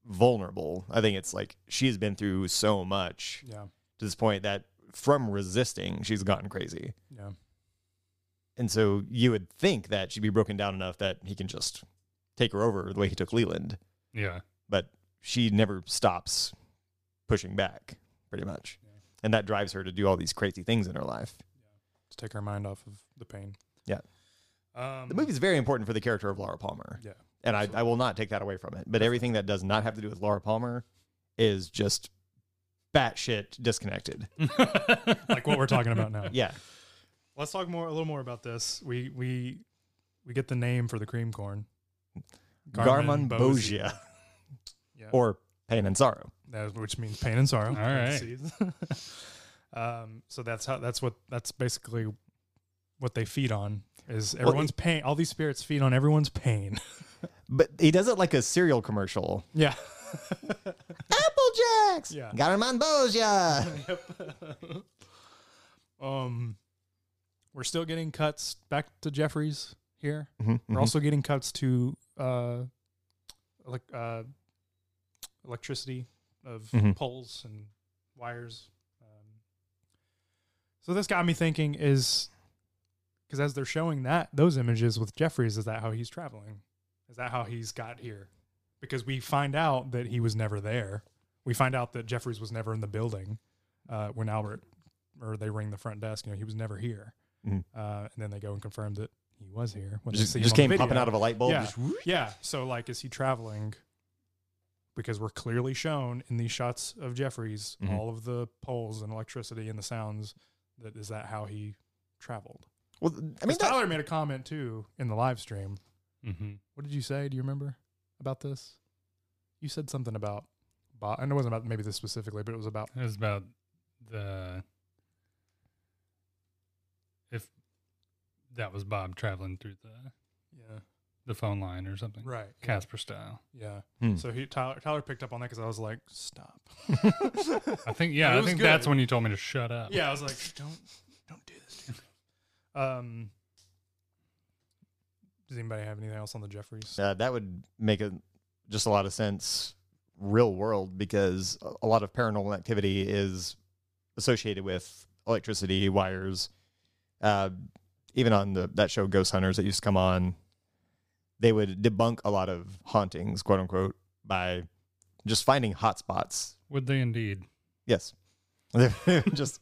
[SPEAKER 1] vulnerable. I think it's like she's been through so much
[SPEAKER 3] Yeah.
[SPEAKER 1] to this point that from resisting, she's gotten crazy.
[SPEAKER 3] Yeah.
[SPEAKER 1] And so you would think that she'd be broken down enough that he can just take her over the way he took Leland,
[SPEAKER 2] Yeah.
[SPEAKER 1] but she never stops pushing back pretty much. And that drives her to do all these crazy things in her life.
[SPEAKER 3] To take our mind off of the pain.
[SPEAKER 1] Yeah.
[SPEAKER 3] Um,
[SPEAKER 1] The movie's very important for the character of Laura Palmer.
[SPEAKER 3] Yeah.
[SPEAKER 1] and I, I will not take that away from it. But everything that does not have to do with Laura Palmer is just batshit
[SPEAKER 3] [LAUGHS]
[SPEAKER 1] disconnected.
[SPEAKER 3] [LAUGHS] Like what we're talking about now.
[SPEAKER 1] [LAUGHS] Yeah,
[SPEAKER 3] Let's talk more a little more about this. We we we get the name for the cream corn.
[SPEAKER 1] Garmon
[SPEAKER 3] Garmin
[SPEAKER 1] Bogia
[SPEAKER 3] Yeah.
[SPEAKER 1] or Pain and Sorrow.
[SPEAKER 3] That- which means pain and sorrow.
[SPEAKER 2] All right.
[SPEAKER 3] Parentheses. [LAUGHS] um, so that's how that's what that's basically what they feed on is everyone's pain. All these spirits feed on everyone's pain.
[SPEAKER 1] But he does it like a cereal
[SPEAKER 3] [LAUGHS]
[SPEAKER 1] commercial.
[SPEAKER 3] Yeah,
[SPEAKER 1] Apple Jacks.
[SPEAKER 3] Yeah.
[SPEAKER 1] Garmon
[SPEAKER 3] [LAUGHS]
[SPEAKER 1] Bogia.
[SPEAKER 3] um, we're still getting cuts back to Jeffries here.
[SPEAKER 1] Mm-hmm,
[SPEAKER 3] We're also getting cuts to uh, like uh, electricity of
[SPEAKER 1] Mhm.
[SPEAKER 3] poles and wires. Um, so this got me thinking: is because as they're showing that those images with Jeffries, is that how he's traveling? Is that how he's got here? Because we find out that he was never there. We find out that Jeffries was never in the building uh, when Albert or they ring the front desk. You know, he was never here.
[SPEAKER 1] Mhm.
[SPEAKER 3] Uh, and then they go and confirm that he was here. When they
[SPEAKER 1] just
[SPEAKER 3] see him
[SPEAKER 1] just
[SPEAKER 3] on the
[SPEAKER 1] came
[SPEAKER 3] video.
[SPEAKER 1] popping out of a light bulb.
[SPEAKER 3] Yeah.
[SPEAKER 1] Just-
[SPEAKER 3] Yeah. So like, is he traveling? Because we're clearly shown in these shots of Jeffries
[SPEAKER 1] Mhm.
[SPEAKER 3] all of the poles and electricity and the sounds. That is that how he traveled.
[SPEAKER 1] Well, I mean,
[SPEAKER 3] 'Cause
[SPEAKER 1] that,
[SPEAKER 3] Tyler made a comment too in the live stream.
[SPEAKER 2] Mhm.
[SPEAKER 3] What did you say? Do you remember about this? You said something about Bob, and it wasn't about maybe this specifically, but it was about
[SPEAKER 2] It was about the if that was Bob traveling through the
[SPEAKER 3] yeah,
[SPEAKER 2] the phone line or something.
[SPEAKER 3] right,
[SPEAKER 2] Casper style.
[SPEAKER 3] yeah.
[SPEAKER 1] Hmm.
[SPEAKER 3] So he Tyler Tyler picked up on that because I was like, stop.
[SPEAKER 2] I
[SPEAKER 3] [LAUGHS]
[SPEAKER 2] think yeah,
[SPEAKER 3] It
[SPEAKER 2] I
[SPEAKER 3] was
[SPEAKER 2] think
[SPEAKER 3] good.
[SPEAKER 2] that's when you told me to shut up.
[SPEAKER 3] Yeah, I was like, [LAUGHS] don't don't do this. to me." um, does anybody have anything else on the Jeffries?
[SPEAKER 1] uh, that would make a, just a lot of sense real world because a- a lot of paranormal activity is associated with electricity wires uh, even on the that show ghost hunters that used to come on they would debunk a lot of hauntings quote unquote by just finding hot spots
[SPEAKER 2] Would they indeed?
[SPEAKER 1] yes [LAUGHS] just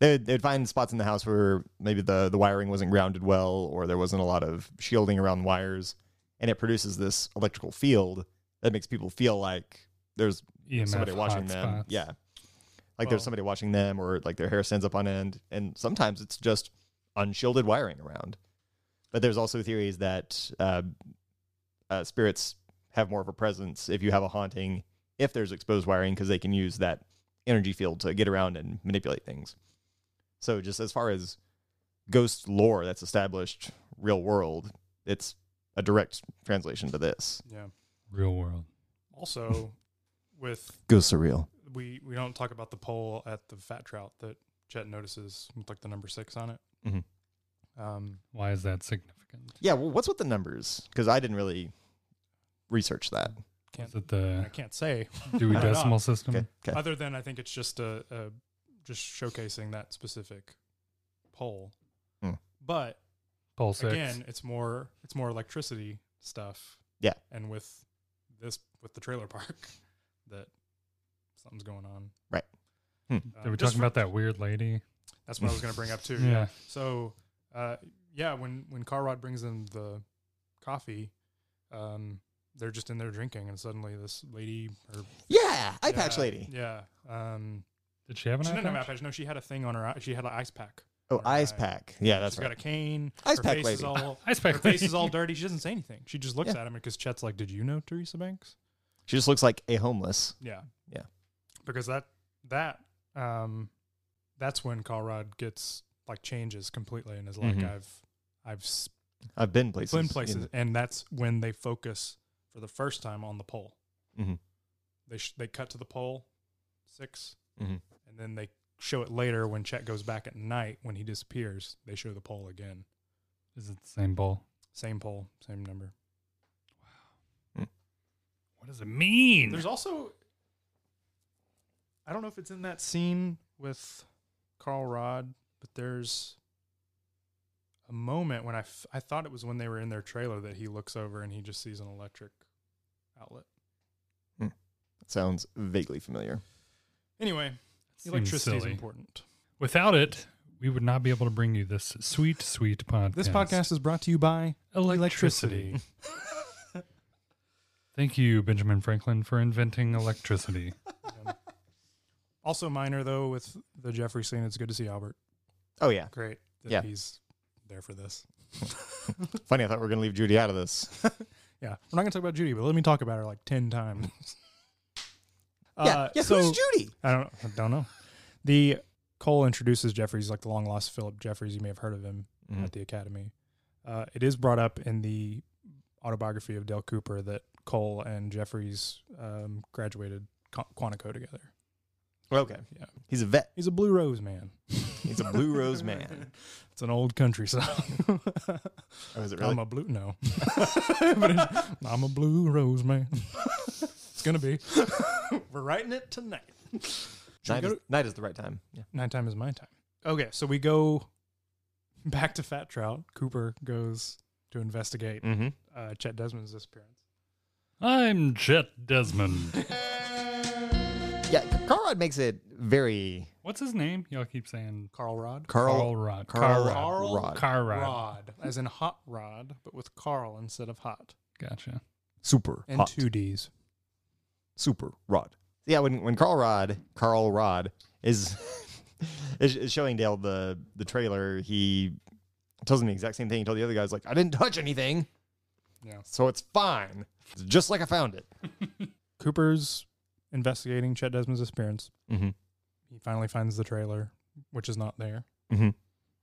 [SPEAKER 1] They they'd find spots in the house where maybe the the wiring wasn't grounded well, or there wasn't a lot of shielding around wires, and it produces this electrical field that makes people feel like there's
[SPEAKER 2] EMF
[SPEAKER 1] somebody watching them.
[SPEAKER 2] E hotspots.
[SPEAKER 1] Yeah. Like there's
[SPEAKER 2] Well-
[SPEAKER 1] somebody watching them or like their hair stands up on end. And sometimes it's just unshielded wiring around. But there's also theories that uh, uh, spirits have more of a presence if you have a haunting, if there's exposed wiring, because they can use that energy field to get around and manipulate things. So just as far as ghost lore that's established real world, it's a direct translation to this.
[SPEAKER 3] Yeah.
[SPEAKER 2] Real world.
[SPEAKER 3] Also, with
[SPEAKER 1] Ghosts are real.
[SPEAKER 3] we we don't talk about the pole at the fat trout that Chet notices with like the number six on it.
[SPEAKER 1] Mhm.
[SPEAKER 3] Um,
[SPEAKER 2] Why is that significant?
[SPEAKER 1] Yeah, well, what's with the numbers? Because I didn't really research that.
[SPEAKER 3] can't
[SPEAKER 2] Is it the
[SPEAKER 3] I can't say
[SPEAKER 2] Dewey
[SPEAKER 3] I don't know.
[SPEAKER 2] Decimal System?
[SPEAKER 1] Okay. [LAUGHS] okay.
[SPEAKER 3] other than Mm-hmm. I think it's just a, a just showcasing that specific pole.
[SPEAKER 1] Hmm.
[SPEAKER 3] But
[SPEAKER 2] Pole six.
[SPEAKER 3] again, it's more it's more electricity stuff.
[SPEAKER 1] Yeah.
[SPEAKER 3] and with this with the trailer park [LAUGHS] that something's going on.
[SPEAKER 1] Right. Hmm.
[SPEAKER 3] Uh,
[SPEAKER 2] They were
[SPEAKER 3] just
[SPEAKER 2] talking
[SPEAKER 3] for-
[SPEAKER 2] about that weird lady.
[SPEAKER 3] That's what I was going to bring up too.
[SPEAKER 2] Yeah.
[SPEAKER 3] yeah. So, uh, yeah, when when Carrot brings them the coffee, um, they're just in there drinking, and suddenly this lady, her
[SPEAKER 1] Yeah, eye
[SPEAKER 3] yeah,
[SPEAKER 1] patch lady.
[SPEAKER 3] yeah, um,
[SPEAKER 2] Did she have an
[SPEAKER 3] she
[SPEAKER 2] eye
[SPEAKER 3] didn't have eye
[SPEAKER 2] patch?
[SPEAKER 3] patch. No, she had a thing on her. eye. She had an ice pack.
[SPEAKER 1] Oh,
[SPEAKER 3] on her
[SPEAKER 1] eyes
[SPEAKER 3] eye.
[SPEAKER 1] pack. Yeah, that's
[SPEAKER 3] She's
[SPEAKER 1] right.
[SPEAKER 3] got a cane.
[SPEAKER 1] Ice
[SPEAKER 3] her
[SPEAKER 1] pack
[SPEAKER 3] face Is
[SPEAKER 1] lady. [LAUGHS]
[SPEAKER 3] all,
[SPEAKER 2] Ice pack
[SPEAKER 3] her face
[SPEAKER 2] lady.
[SPEAKER 3] is all dirty. She doesn't say anything. She just looks
[SPEAKER 1] Yeah.
[SPEAKER 3] at him because Chet's like, "Did you know Teresa Banks?"
[SPEAKER 1] she just looks like a homeless.
[SPEAKER 3] Yeah.
[SPEAKER 1] Yeah.
[SPEAKER 3] Because that that um that's when Colrad gets like changes completely and is like
[SPEAKER 1] Mhm.
[SPEAKER 3] I've I've s-
[SPEAKER 1] I've been places.
[SPEAKER 3] been
[SPEAKER 1] you
[SPEAKER 3] places
[SPEAKER 1] know.
[SPEAKER 3] and that's when they focus for the first time on the pole.
[SPEAKER 1] Mhm.
[SPEAKER 3] They sh- they cut to the pole 6
[SPEAKER 1] Mhm.
[SPEAKER 3] and then they show it later when Chet goes back at night when he disappears. They show the pole again.
[SPEAKER 2] Is it the same pole?
[SPEAKER 3] Same pole, same number.
[SPEAKER 2] Hmm. What does it mean?
[SPEAKER 3] There's also, I don't know if it's in that scene with Carl Rod, but there's a moment when I, f- I thought it was when they were in their trailer that he looks over and he just sees an electric outlet.
[SPEAKER 1] Sounds vaguely familiar.
[SPEAKER 3] Anyway,
[SPEAKER 2] Seems
[SPEAKER 3] electricity is
[SPEAKER 2] silly.
[SPEAKER 3] important.
[SPEAKER 2] Without it, we would not be able to bring you this sweet, sweet podcast.
[SPEAKER 3] This podcast is brought to you [LAUGHS] by
[SPEAKER 2] electricity. Thank you, Benjamin Franklin, for inventing electricity.
[SPEAKER 3] Also minor though with the Jeffrey scene. It's good to see Albert.
[SPEAKER 1] Oh yeah.
[SPEAKER 3] Great. That
[SPEAKER 1] Yeah.
[SPEAKER 3] He's there for this. [LAUGHS]
[SPEAKER 1] Funny, I thought we were gonna leave Judy out of this.
[SPEAKER 3] Yeah, we're not gonna talk about Judy, but let me talk about her like ten times.
[SPEAKER 1] [LAUGHS] yeah. Yeah.
[SPEAKER 3] Uh, so-
[SPEAKER 1] who's Judy?
[SPEAKER 3] I don't, I don't know. The Cole introduces Jeffries, like the long lost Philip Jeffries. You may have heard of him
[SPEAKER 1] Mhm.
[SPEAKER 3] at the Academy. Uh, it is brought up in the autobiography of Dale Cooper that Cole and Jeffries um, graduated Qu- Quantico together.
[SPEAKER 1] Mm-hmm. Okay.
[SPEAKER 3] Yeah.
[SPEAKER 1] He's a vet.
[SPEAKER 3] He's a Blue Rose man.
[SPEAKER 1] He's a
[SPEAKER 3] [LAUGHS]
[SPEAKER 1] blue rose man.
[SPEAKER 3] It's an old country song. [LAUGHS]
[SPEAKER 1] Oh, is it
[SPEAKER 3] I'm
[SPEAKER 1] really?
[SPEAKER 3] a blue no. [LAUGHS] But it's, I'm a blue rose man. it's gonna be. [LAUGHS] We're writing it tonight. Should we
[SPEAKER 1] Night
[SPEAKER 3] go
[SPEAKER 1] is,
[SPEAKER 3] to-
[SPEAKER 1] night is the right time. Yeah.
[SPEAKER 3] Nighttime is my time. Okay, so we go back to Fat Trout. Cooper goes to investigate
[SPEAKER 1] Mm-hmm.
[SPEAKER 3] uh, Chet Desmond's disappearance.
[SPEAKER 2] I'm Jet Desmond.
[SPEAKER 1] Yeah. Carrod makes it very
[SPEAKER 2] What's his name? Y'all keep saying
[SPEAKER 3] Carl Rod.
[SPEAKER 1] Carl.
[SPEAKER 2] Carl Rod.
[SPEAKER 1] Carl
[SPEAKER 3] Carl
[SPEAKER 1] Rod.
[SPEAKER 2] Car Rod.
[SPEAKER 3] Rod, as in hot rod, but with Carl instead of hot.
[SPEAKER 2] Gotcha.
[SPEAKER 1] Super
[SPEAKER 3] And
[SPEAKER 1] hot.
[SPEAKER 3] two D's.
[SPEAKER 1] Super Rod. Yeah, when when Carl Rod, Carl Rod is [LAUGHS] is, is showing Dale the the trailer, he tells him the exact same thing he told the other guys. Like, I didn't touch anything.
[SPEAKER 3] Yeah.
[SPEAKER 1] So it's fine. It's just like I found it.
[SPEAKER 3] Cooper's investigating Chet Desmond's disappearance.
[SPEAKER 1] Mm-hmm.
[SPEAKER 3] He finally finds the trailer, which is not there.
[SPEAKER 1] Mhm.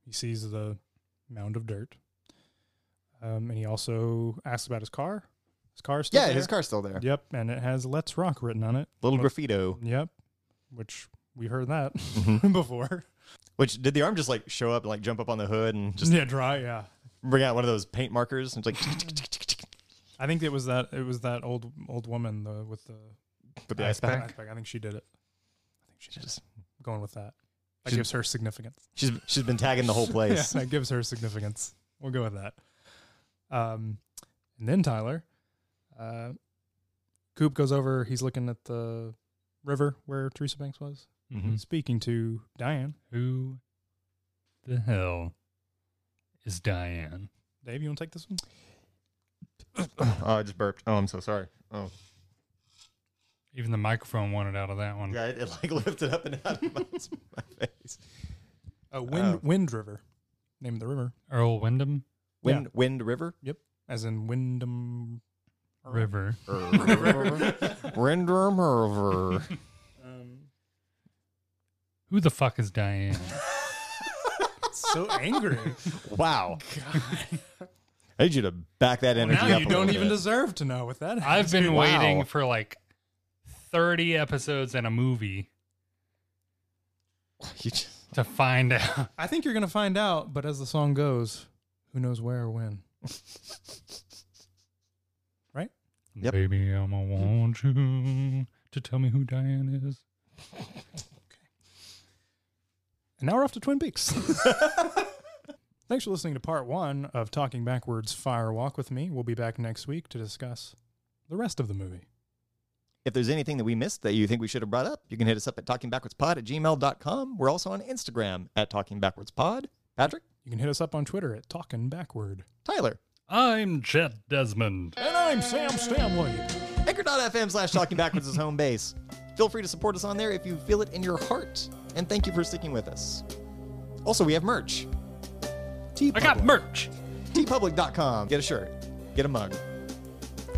[SPEAKER 3] He sees the mound of dirt. Um, and he also asks about his car. His car is still
[SPEAKER 1] Yeah,
[SPEAKER 3] there.
[SPEAKER 1] his car's still there.
[SPEAKER 3] Yep, and it has "Let's Rock" written on it.
[SPEAKER 1] Little graffito.
[SPEAKER 3] Yep, which we heard that
[SPEAKER 1] Mm-hmm.
[SPEAKER 3] [LAUGHS] before.
[SPEAKER 1] Which did the arm just like show up and like jump up on the hood and just
[SPEAKER 3] yeah, dry. Yeah,
[SPEAKER 1] bring out one of those paint markers and it's like tick, tick, tick, tick, tick,
[SPEAKER 3] I think it was that it was that old old woman the, with the
[SPEAKER 1] with the ice pack.
[SPEAKER 3] backpack. I think she did it. I think she
[SPEAKER 1] She
[SPEAKER 3] did
[SPEAKER 1] just-
[SPEAKER 3] it. Going with that. That
[SPEAKER 1] She-
[SPEAKER 3] gives her significance.
[SPEAKER 1] She's she's been tagging the whole
[SPEAKER 3] [LAUGHS] Yeah,
[SPEAKER 1] place.
[SPEAKER 3] that gives her significance. We'll go with that. Um, and then Tyler, uh, Coop goes over. He's looking at the river where Teresa Banks was,
[SPEAKER 2] Mhm.
[SPEAKER 3] speaking to Diane.
[SPEAKER 2] Who the hell is Diane?
[SPEAKER 3] Dave, you want to take this one?
[SPEAKER 1] oh, I just burped. Oh, I'm so sorry. Oh,
[SPEAKER 2] Even the microphone wanted out of that one.
[SPEAKER 1] yeah, it, it like [LAUGHS] lifted up and out of my, [LAUGHS] my face.
[SPEAKER 3] Uh, Wind
[SPEAKER 1] Oh.
[SPEAKER 3] Wind River, name of the river,
[SPEAKER 2] Earl Wyndham
[SPEAKER 1] Wind, wind [LAUGHS] river.
[SPEAKER 3] as in Wyndham.
[SPEAKER 2] River.
[SPEAKER 1] [LAUGHS] Render river.
[SPEAKER 2] Who the fuck is Diane?
[SPEAKER 3] so [LAUGHS] angry.
[SPEAKER 1] Wow. I need you to back that energy
[SPEAKER 3] now
[SPEAKER 1] up.
[SPEAKER 3] you
[SPEAKER 1] a
[SPEAKER 3] don't
[SPEAKER 1] little
[SPEAKER 3] even
[SPEAKER 1] bit.
[SPEAKER 3] deserve to know. With that,
[SPEAKER 2] I've been
[SPEAKER 1] Wow.
[SPEAKER 2] waiting for like 30 episodes and a movie
[SPEAKER 1] You just-
[SPEAKER 2] to find out. [LAUGHS]
[SPEAKER 3] I think you're gonna find out. But as the song goes, who knows where or when?
[SPEAKER 1] Yep.
[SPEAKER 2] Baby, I'm gonna want you to tell me who Diane is.
[SPEAKER 3] And now we're off to Twin Peaks. [LAUGHS] Thanks for listening to part one of Talking Backwards Fire Walk with Me. We'll be back next week to discuss the rest of the movie.
[SPEAKER 1] If there's anything that we missed that you think we should have brought up, you can hit us up at talkingbackwardspod at gmail.com. We're also on Instagram at talkingbackwardspod. Patrick,
[SPEAKER 3] You can hit us up on Twitter at Talking Backward.
[SPEAKER 1] Tyler,
[SPEAKER 2] I'm Chet Desmond.
[SPEAKER 3] And I'm Sam Stanley.
[SPEAKER 1] anchor.fm slash talkingbackwards is home base. Feel free to support us on there if you feel it in your heart. And thank you for sticking with us. Also, we have merch.
[SPEAKER 2] I got merch.
[SPEAKER 1] tpublic.com. Get a shirt, get a mug,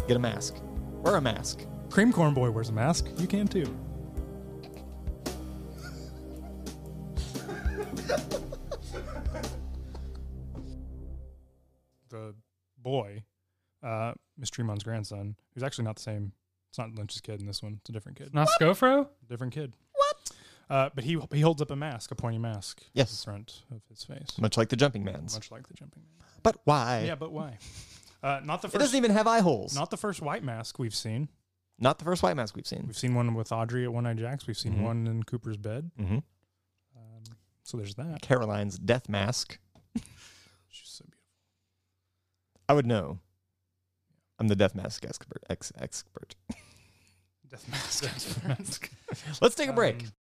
[SPEAKER 1] get a mask. Wear a mask.
[SPEAKER 3] Cream Corn Boy wears a mask. You can too. [LAUGHS] the boy, uh, Miss Tremont's grandson, who's actually not the same. It's not Lynch's kid in this one. It's a different kid.
[SPEAKER 2] Not Scofro?
[SPEAKER 3] different kid. What? Uh, but he he holds up a mask, a pointy mask.
[SPEAKER 1] Yes.
[SPEAKER 3] in front of his face,
[SPEAKER 1] Much like the jumping man's.
[SPEAKER 3] much like the jumping man.
[SPEAKER 1] But why?
[SPEAKER 3] Yeah, but why? Uh, not the
[SPEAKER 1] it
[SPEAKER 3] first.
[SPEAKER 1] doesn't even have eye holes.
[SPEAKER 3] not the first white mask we've seen.
[SPEAKER 1] Not the first white mask we've seen.
[SPEAKER 3] We've seen one with Audrey at One Eye Jack's. We've seen
[SPEAKER 1] Mhm.
[SPEAKER 3] one in Cooper's bed.
[SPEAKER 1] Mm-hmm.
[SPEAKER 3] Um, so there's that.
[SPEAKER 1] Caroline's death mask.
[SPEAKER 3] She's so beautiful.
[SPEAKER 1] I would know. I'm the death mask expert. Ex- expert. [LAUGHS]
[SPEAKER 2] [LAUGHS]
[SPEAKER 3] Death mask. Death mask.
[SPEAKER 1] Let's take a break.
[SPEAKER 3] Um,